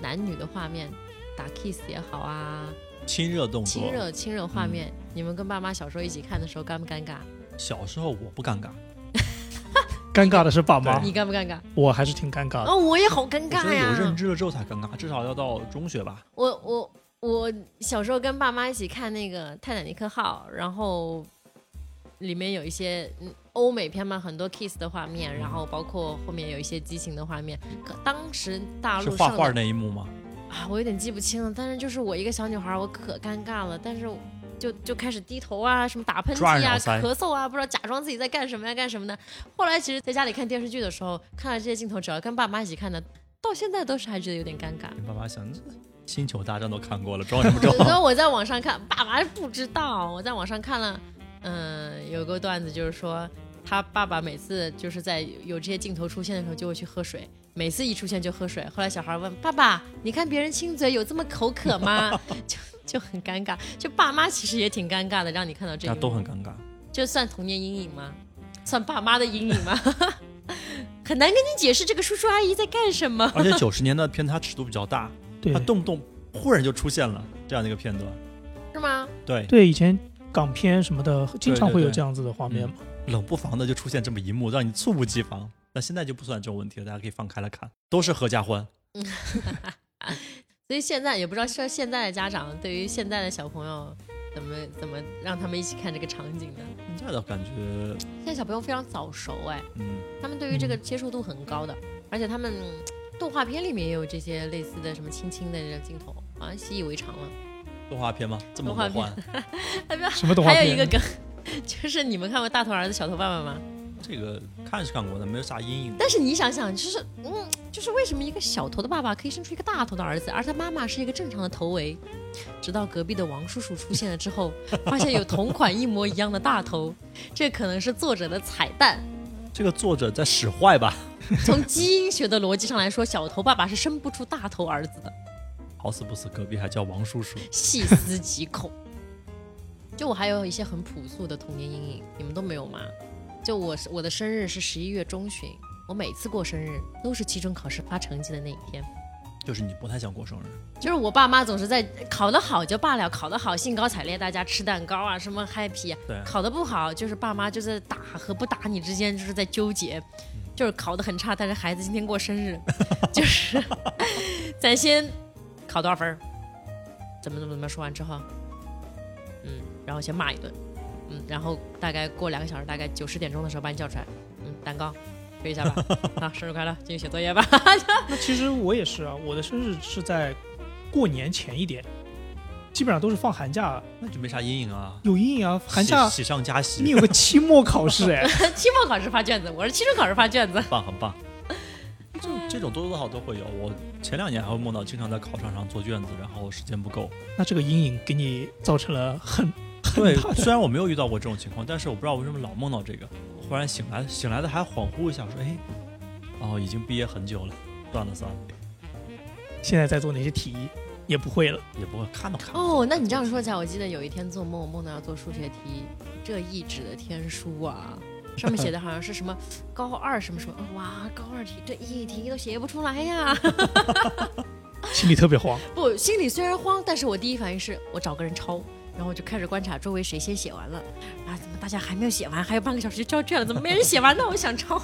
Speaker 2: 男女的画面，打 kiss 也好啊，
Speaker 1: 亲热动作
Speaker 2: 亲，热亲热
Speaker 1: 嗯
Speaker 2: 画面，你们跟爸妈小时候一起看的时候尴不尴
Speaker 1: 啊
Speaker 2: 尬？
Speaker 1: 小时候我不尴尬，
Speaker 3: 尴尬的是爸妈
Speaker 1: 对，
Speaker 2: 你尴不尴尬？
Speaker 3: 我还是挺尴尬的。
Speaker 2: 哦，我也好尴
Speaker 1: 啊我觉
Speaker 2: 尬
Speaker 1: 得
Speaker 2: 呀。
Speaker 1: 有认知了之后才尴尬，至少要到中学吧。
Speaker 2: 我我我小时候跟爸妈一起看那个《泰坦尼克号》，然后里面有一些嗯欧美片嘛，很多 kiss 的画面，然后包括后面有一些激情的画面。可当时大
Speaker 1: 是
Speaker 2: 陆
Speaker 1: 画
Speaker 2: 上的
Speaker 1: 画那一幕吗？
Speaker 2: 啊，我有点记不清了，但是就是我一个小女孩，我可尴尬了，但是就就开始低头啊，什么打喷嚏
Speaker 1: 抓耳
Speaker 2: 啊、
Speaker 1: 挠腮
Speaker 2: 咳嗽啊，不知道假装自己在干什么呀、干什么的。后来其实在家里看电视剧的时候，看了这些镜头，只要跟爸妈一起看的，到现在都是还觉得有点尴尬。
Speaker 1: 你爸妈想，这星球大战都看过了，装 什么装？
Speaker 2: 然后我在网上看，爸爸不知道，我在网上看了，嗯，有个段子就是说，他爸爸每次就是在有这些镜头出现的时候，就会去喝水，每次一出现就喝水。后来小孩问爸爸：“你看别人亲嘴有这么口渴吗？” 就就很尴尬，就爸妈其实也挺尴尬的，让你看到这
Speaker 1: 大家
Speaker 2: 个，
Speaker 1: 都很尴尬。
Speaker 2: 这算童年阴影吗？算爸妈的阴影吗？ 很难跟你解释这个叔叔阿姨在干什么。
Speaker 1: 而且九十年代的片它尺度比较大，
Speaker 3: 对
Speaker 1: 它动不动忽然就出现了这样的一个片段。
Speaker 2: 是吗？
Speaker 1: 对，
Speaker 3: 对，以前港片什么的经常会有这样子的画面嘛。
Speaker 1: 冷不防的就出现这么一幕，让你猝不及防。那现在就不算这种问题了，大家可以放开了看，都是合家欢，
Speaker 2: 所以现在也不知道像现在的家长对于现在的小朋友怎么怎么让他们一起看这个场景呢？
Speaker 1: 现在的感觉，
Speaker 2: 现在小朋友非常早熟哎，
Speaker 1: 嗯，
Speaker 2: 他们对于这个接受度很高的，而且他们嗯动画片里面也有这些类似的什么亲亲的这个镜头，好像习以为常了。
Speaker 1: 动画片吗？这么
Speaker 2: 动画
Speaker 1: 魔
Speaker 2: 片
Speaker 1: 幻，
Speaker 3: 什么动画
Speaker 2: 还
Speaker 3: 片？
Speaker 2: 有一个梗， 就是你们看过《大头儿子小头爸爸》吗？
Speaker 1: 这个看是看过，但没有啥阴影。
Speaker 2: 但是你想想，就是嗯，就是为什么一个小头的爸爸可以生出一个大头的儿子，而他妈妈是一个正常的头围？直到隔壁的王叔叔出现了之后，发现有同款一模一样的大头，这可能是作者的彩蛋。
Speaker 1: 这个作者在使坏吧？
Speaker 2: 从基因学的逻辑上来说，小头爸爸是生不出大头儿子的，
Speaker 1: 好死不死，隔壁还叫王叔叔。
Speaker 2: 细思极恐。就我还有一些很朴素的童年阴影，你们都没有吗？就我是我的生日是十一月中旬，我每次过生日都是期中考试发成绩的那一天。
Speaker 1: 就是你不太想过生日，
Speaker 2: 就是我爸妈总是在考得好就罢了，考得好兴高采烈，大家吃蛋糕啊，什么 happy 啊
Speaker 1: 对
Speaker 2: 考得不好，就是爸妈就在打和不打你之间就是在纠结，就是考得很差，但是孩子今天过生日，就是咱先考多少分儿，怎么怎么怎么说完之后，嗯，然后先骂一顿，嗯，然后大概过两个小时，大概九十点钟的时候把你叫出来，嗯，蛋糕。推一下吧，啊，生日快乐，继续写作业吧。
Speaker 3: 那其实我也是啊，我的生日是在过年前一点，基本上都是放寒假，
Speaker 1: 那就没啥阴影啊。
Speaker 3: 有阴影啊。寒假
Speaker 1: 喜喜上加
Speaker 3: 你
Speaker 1: 喜，
Speaker 3: 有个期末考试 哎，
Speaker 2: 期末考试发卷子，我是期中考试发卷子。
Speaker 1: 棒，很 棒。这这种多多少少都会有。我前两年还会梦到经常在考场上做卷子，然后时间不 够。
Speaker 3: 那这个阴影给你造成了很
Speaker 1: 对
Speaker 3: 很大，
Speaker 1: 虽
Speaker 3: 的。
Speaker 1: 然我没有遇到过这种情况，但是我不知道为什么老梦到这个。忽然醒来，醒来的还恍惚一下，说：“哎，哦，已经毕业很久了，算了算了，
Speaker 3: 现在在做哪些题也不会了，
Speaker 1: 也不会看都看不到。
Speaker 2: 哦，那你这样说起来，我记得有一天做梦，我梦到要做数学题，这一纸的天书啊，上面写的好像是什么高二什么什么，哇，高二题这一题都写不出来呀。
Speaker 3: 心里特别慌。
Speaker 2: 不，心里虽然慌，但是我第一反应是我找个人抄，然后我就开始观察周围谁先写完了，啊，怎么大家还没有写完，还有半个小时就交卷了，怎么没人写完呢？我想抄。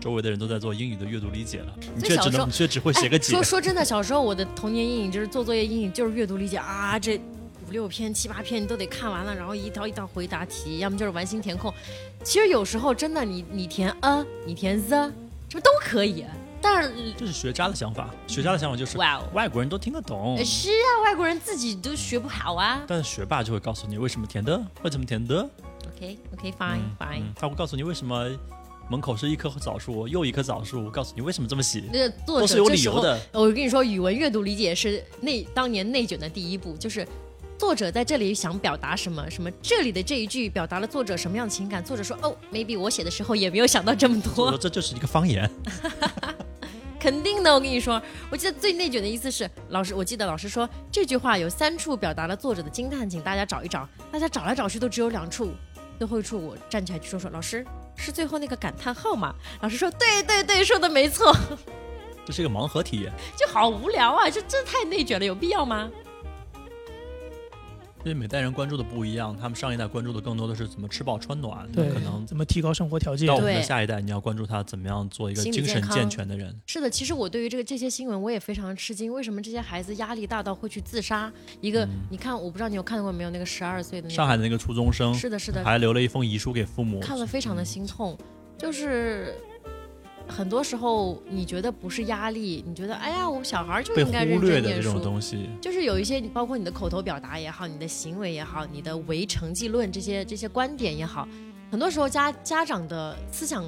Speaker 1: 周围的人都在做英语的阅读理解了，你
Speaker 2: 所以
Speaker 1: 却
Speaker 2: 小
Speaker 1: 只
Speaker 2: 时候
Speaker 1: 能，你却只会
Speaker 2: 哎
Speaker 1: 写个解
Speaker 2: 说。说真的，小时候我的童年阴影就是做作业阴影，就是阅读理解啊，这五六篇、七八篇你都得看完了，然后一道一道回答题，要么就是完形填空。其实有时候真的你你填呃，你填 the，这都可以。但是
Speaker 1: 这是学渣的想法，学渣的想法就是嗯
Speaker 2: 哇哦，
Speaker 1: 外国人都听得懂，
Speaker 2: 是啊，外国人自己都学不好啊。
Speaker 1: 但是学霸就会告诉你为什么填的，为什么填的，
Speaker 2: OK OK fine
Speaker 1: 嗯
Speaker 2: fine，
Speaker 1: 嗯，他会告诉你为什么门口是一棵枣树，又一棵枣树，告诉你为什么这么写，
Speaker 2: 那个作
Speaker 1: 都
Speaker 2: 者
Speaker 1: 是有
Speaker 2: 这
Speaker 1: 理
Speaker 2: 时
Speaker 1: 由
Speaker 2: 候
Speaker 1: 的。
Speaker 2: 我跟你说，语文阅读理解是内当年内卷的第一步，就是作者在这里想表达什么，什么这里的这一句表达了作者什么样的情感，作者说哦，maybe 我写的时候也没有想到这么
Speaker 1: 我
Speaker 2: 多
Speaker 1: 说，这就是一个方言，
Speaker 2: 肯定的。我跟你说，我记得最内卷的一次是老师，我记得老师说这句话有三处表达了作者的惊叹，请大家找一找，大家找来找去都只有两处，最后一处我站起来去说说老师。是最后那个感叹号吗？老师说：“对对对，说的没错。”
Speaker 1: 这是一个盲盒体验。
Speaker 2: 就好无聊啊！就这太内卷了，有必要吗？
Speaker 1: 因为每代人关注的不一样，他们上一代关注的更多的是怎么吃饱穿暖，那
Speaker 3: 对
Speaker 1: 可能
Speaker 3: 怎么提高生活条件
Speaker 1: 到我？们
Speaker 2: 对
Speaker 1: 的下一代，你要关注他怎么样做一个
Speaker 2: 心理
Speaker 1: 精神
Speaker 2: 健康
Speaker 1: 健全的人。
Speaker 2: 是的，其实我对于这个这些新闻我也非常吃惊，为什么这些孩子压力大到会去自杀？一个，你看，我不知道你有看过没有那个十二岁的那
Speaker 1: 嗯
Speaker 2: 个，
Speaker 1: 上海的那个初中生
Speaker 2: 是的，是的，
Speaker 1: 还留了一封遗书给父母，
Speaker 2: 看了非常的心痛，就是。很多时候，你觉得不是压力，你觉得哎呀，我小孩就
Speaker 1: 被
Speaker 2: 应该认
Speaker 1: 忽略
Speaker 2: 真
Speaker 1: 的这
Speaker 2: 念
Speaker 1: 种
Speaker 2: 书，
Speaker 1: 东西，
Speaker 2: 就是有一些，包括你的口头表达也好，你的行为也好，你的唯成绩论这些这些观点也好，很多时候家家长的思想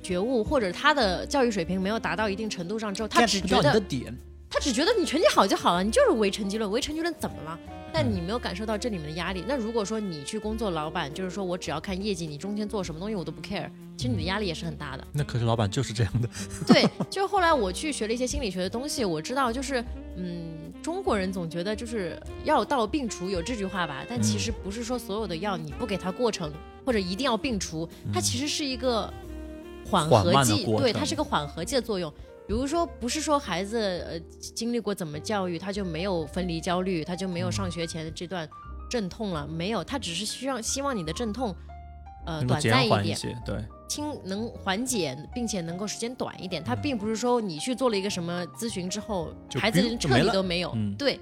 Speaker 2: 觉悟或者他的教育水平没有达到一定程度上之后，他
Speaker 1: get
Speaker 2: 只
Speaker 1: 不
Speaker 2: 觉
Speaker 1: 到你的
Speaker 2: 得
Speaker 1: 点。
Speaker 2: 他只觉得你成绩好就好了，你就是唯成绩论，唯成绩论怎么了？但你没有感受到这里面的压力。那如果说你去工作，老板就是说我只要看业绩，你中间做什么东西我都不 care，其实你的压力也是很大的。
Speaker 1: 那可是老板就是这样的，
Speaker 2: 对，就是后来我去学了一些心理学的东西，我知道就是，嗯，中国人总觉得就是药到病除有这句话吧，但
Speaker 1: 嗯
Speaker 2: 其实不是说所有的药你不给它过程或者一定要病除，它其实是一个缓
Speaker 1: 嗯缓
Speaker 2: 和
Speaker 1: 慢的
Speaker 2: 剂，
Speaker 1: 过
Speaker 2: 对，
Speaker 1: 程
Speaker 2: 它是个缓和剂的作用。比如说，不是说孩子呃经历过怎么教育，他就没有分离焦虑，他就
Speaker 1: 嗯
Speaker 2: 没有上学前的这段阵痛了，没有，他只是需要希望你的阵痛，呃，
Speaker 1: 能够
Speaker 2: 短
Speaker 1: 减
Speaker 2: 暂一
Speaker 1: 缓
Speaker 2: 点，哦
Speaker 1: 些。对，
Speaker 2: 听能缓解，并且能够时间短一点。它并不是说你去做了一个什么咨询之后，
Speaker 1: 嗯就
Speaker 2: 孩子
Speaker 1: 不
Speaker 2: 连
Speaker 1: 就
Speaker 2: 彻
Speaker 1: 没
Speaker 2: 底
Speaker 1: 了
Speaker 2: 都没有。
Speaker 1: 嗯
Speaker 2: 对，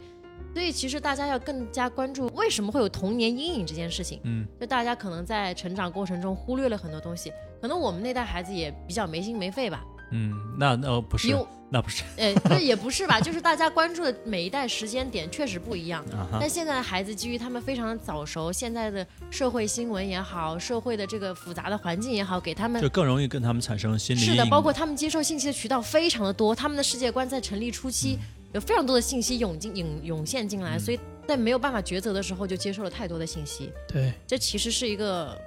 Speaker 2: 所以其实大家要更加关注为什么会有童年阴影这件事情。
Speaker 1: 嗯，
Speaker 2: 就大家可能在成长过程中忽略了很多东西，可能我们那代孩子也比较没心没肺吧，
Speaker 1: 嗯，那那、呃不是
Speaker 2: 因为，
Speaker 1: 那不是
Speaker 2: 呃，那也不是吧， 就是大家关注的每一代时间点确实不一样。
Speaker 1: 啊哈
Speaker 2: 但，现在的孩子基于他们非常的早熟，现在的社会新闻也好，社会的这个复杂的环境也好，给他们
Speaker 1: 就更容易跟他们产生心理阴
Speaker 2: 是
Speaker 1: 影。
Speaker 2: 的，包括他们接受信息的渠道非常的多，他们的世界观在成立初期
Speaker 1: 嗯
Speaker 2: 有非常多的信息涌进涌涌现进来，所以在没有办法抉择的时候就接受了太多的信息。
Speaker 3: 对，
Speaker 2: 这其实是一个，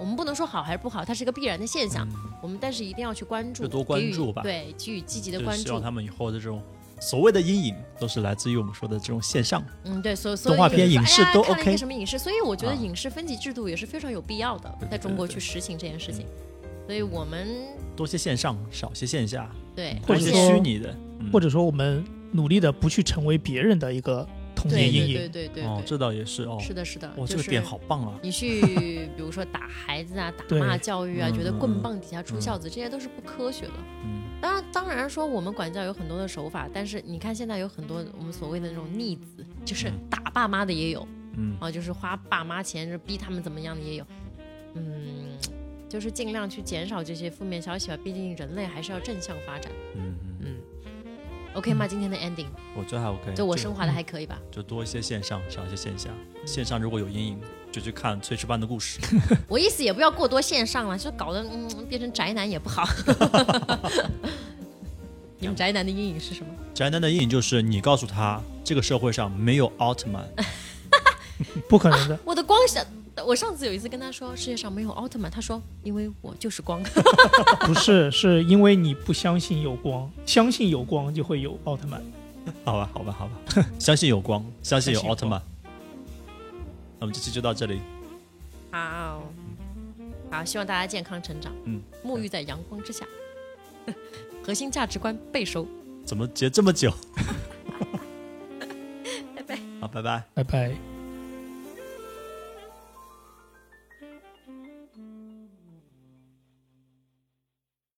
Speaker 2: 我们不能说好还是不好，它是一个必然的现象。我们但是一定要去关
Speaker 1: 嗯
Speaker 2: 注，
Speaker 1: 就多关
Speaker 2: 给予
Speaker 1: 注吧
Speaker 2: 对，给予积极的
Speaker 1: 就
Speaker 2: 关
Speaker 1: 是希
Speaker 2: 注
Speaker 1: 望。他们以后的这种所谓的阴影，都是来自于我们说的这种线上。
Speaker 2: 嗯，对，所所以
Speaker 1: 动画片
Speaker 2: 有人
Speaker 1: 影
Speaker 2: 说
Speaker 1: 视
Speaker 2: 哎呀
Speaker 1: 都
Speaker 2: 看了一
Speaker 1: OK
Speaker 2: 个什么影视，所以我觉得
Speaker 1: 啊
Speaker 2: 影视分级制度也是非常有必要的，
Speaker 1: 对对
Speaker 2: 在中国
Speaker 1: 对对嗯
Speaker 2: 去实行这件事情。所以我们
Speaker 1: 多些线上，少些线下，
Speaker 2: 对，
Speaker 1: 多
Speaker 3: 或
Speaker 2: 哎而
Speaker 3: 者
Speaker 1: 些
Speaker 2: 且
Speaker 3: 说
Speaker 1: 虚拟的，嗯
Speaker 3: 或者说我们努力的不去成为别人的一个童
Speaker 2: 对
Speaker 3: 年阴
Speaker 2: 对对
Speaker 3: 影，
Speaker 2: 对对
Speaker 1: 哦，
Speaker 2: 对，
Speaker 1: 这倒也是哦，
Speaker 2: 是的，是的，
Speaker 1: 哇，这
Speaker 2: 就
Speaker 1: 个
Speaker 2: 是
Speaker 1: 点好棒啊！
Speaker 2: 你去，比如说打孩子啊、打
Speaker 3: 对
Speaker 2: 骂教育啊，
Speaker 1: 嗯
Speaker 2: 觉得棍棒底下出
Speaker 1: 嗯
Speaker 2: 孝子，这些都是不科学的。
Speaker 1: 嗯，
Speaker 2: 当然，当然说我们管教有很多的手法，但是你看现在有很多我们所谓的那种逆子，就是
Speaker 1: 嗯
Speaker 2: 打爸妈的也有，
Speaker 1: 嗯
Speaker 2: 啊，就是花爸妈钱就逼他们怎么样的也有，嗯，就是尽量去减少这些负面消息吧，毕竟人类还是要正向发展。
Speaker 1: 嗯嗯，
Speaker 2: 嗯，OK 吗？今天的 ending
Speaker 1: 我觉得还 OK，
Speaker 2: 就我
Speaker 1: 就
Speaker 2: 升华的还可以吧？
Speaker 1: 就多一些线上，少一些线下。线上如果有阴影，就去看《炊事班的故事》。
Speaker 2: 我意思也不要过多线上了，就搞得嗯变成宅男也不 好。你们宅男的阴影是什么？
Speaker 1: 宅男的阴影就是你告诉他，这个社会上没有奥特曼，
Speaker 3: 不可 能的。
Speaker 2: 我的光想，我上次有一次跟他说世界上没有奥特曼，他说因为我就是光。
Speaker 3: 不是，是因为你不相信有光，相信有光就会有奥特曼。
Speaker 1: 好吧，好吧，好吧， 相信有光，相信有
Speaker 3: 相信有
Speaker 1: 奥特曼。那我们这期就到这里，
Speaker 2: 好，好，希望大家健康成长，
Speaker 1: 嗯，
Speaker 2: 沐浴在阳光之下， 核心价值观背熟。
Speaker 1: 怎么结这么久？
Speaker 2: 拜拜。
Speaker 1: 好，拜拜。
Speaker 3: 拜拜。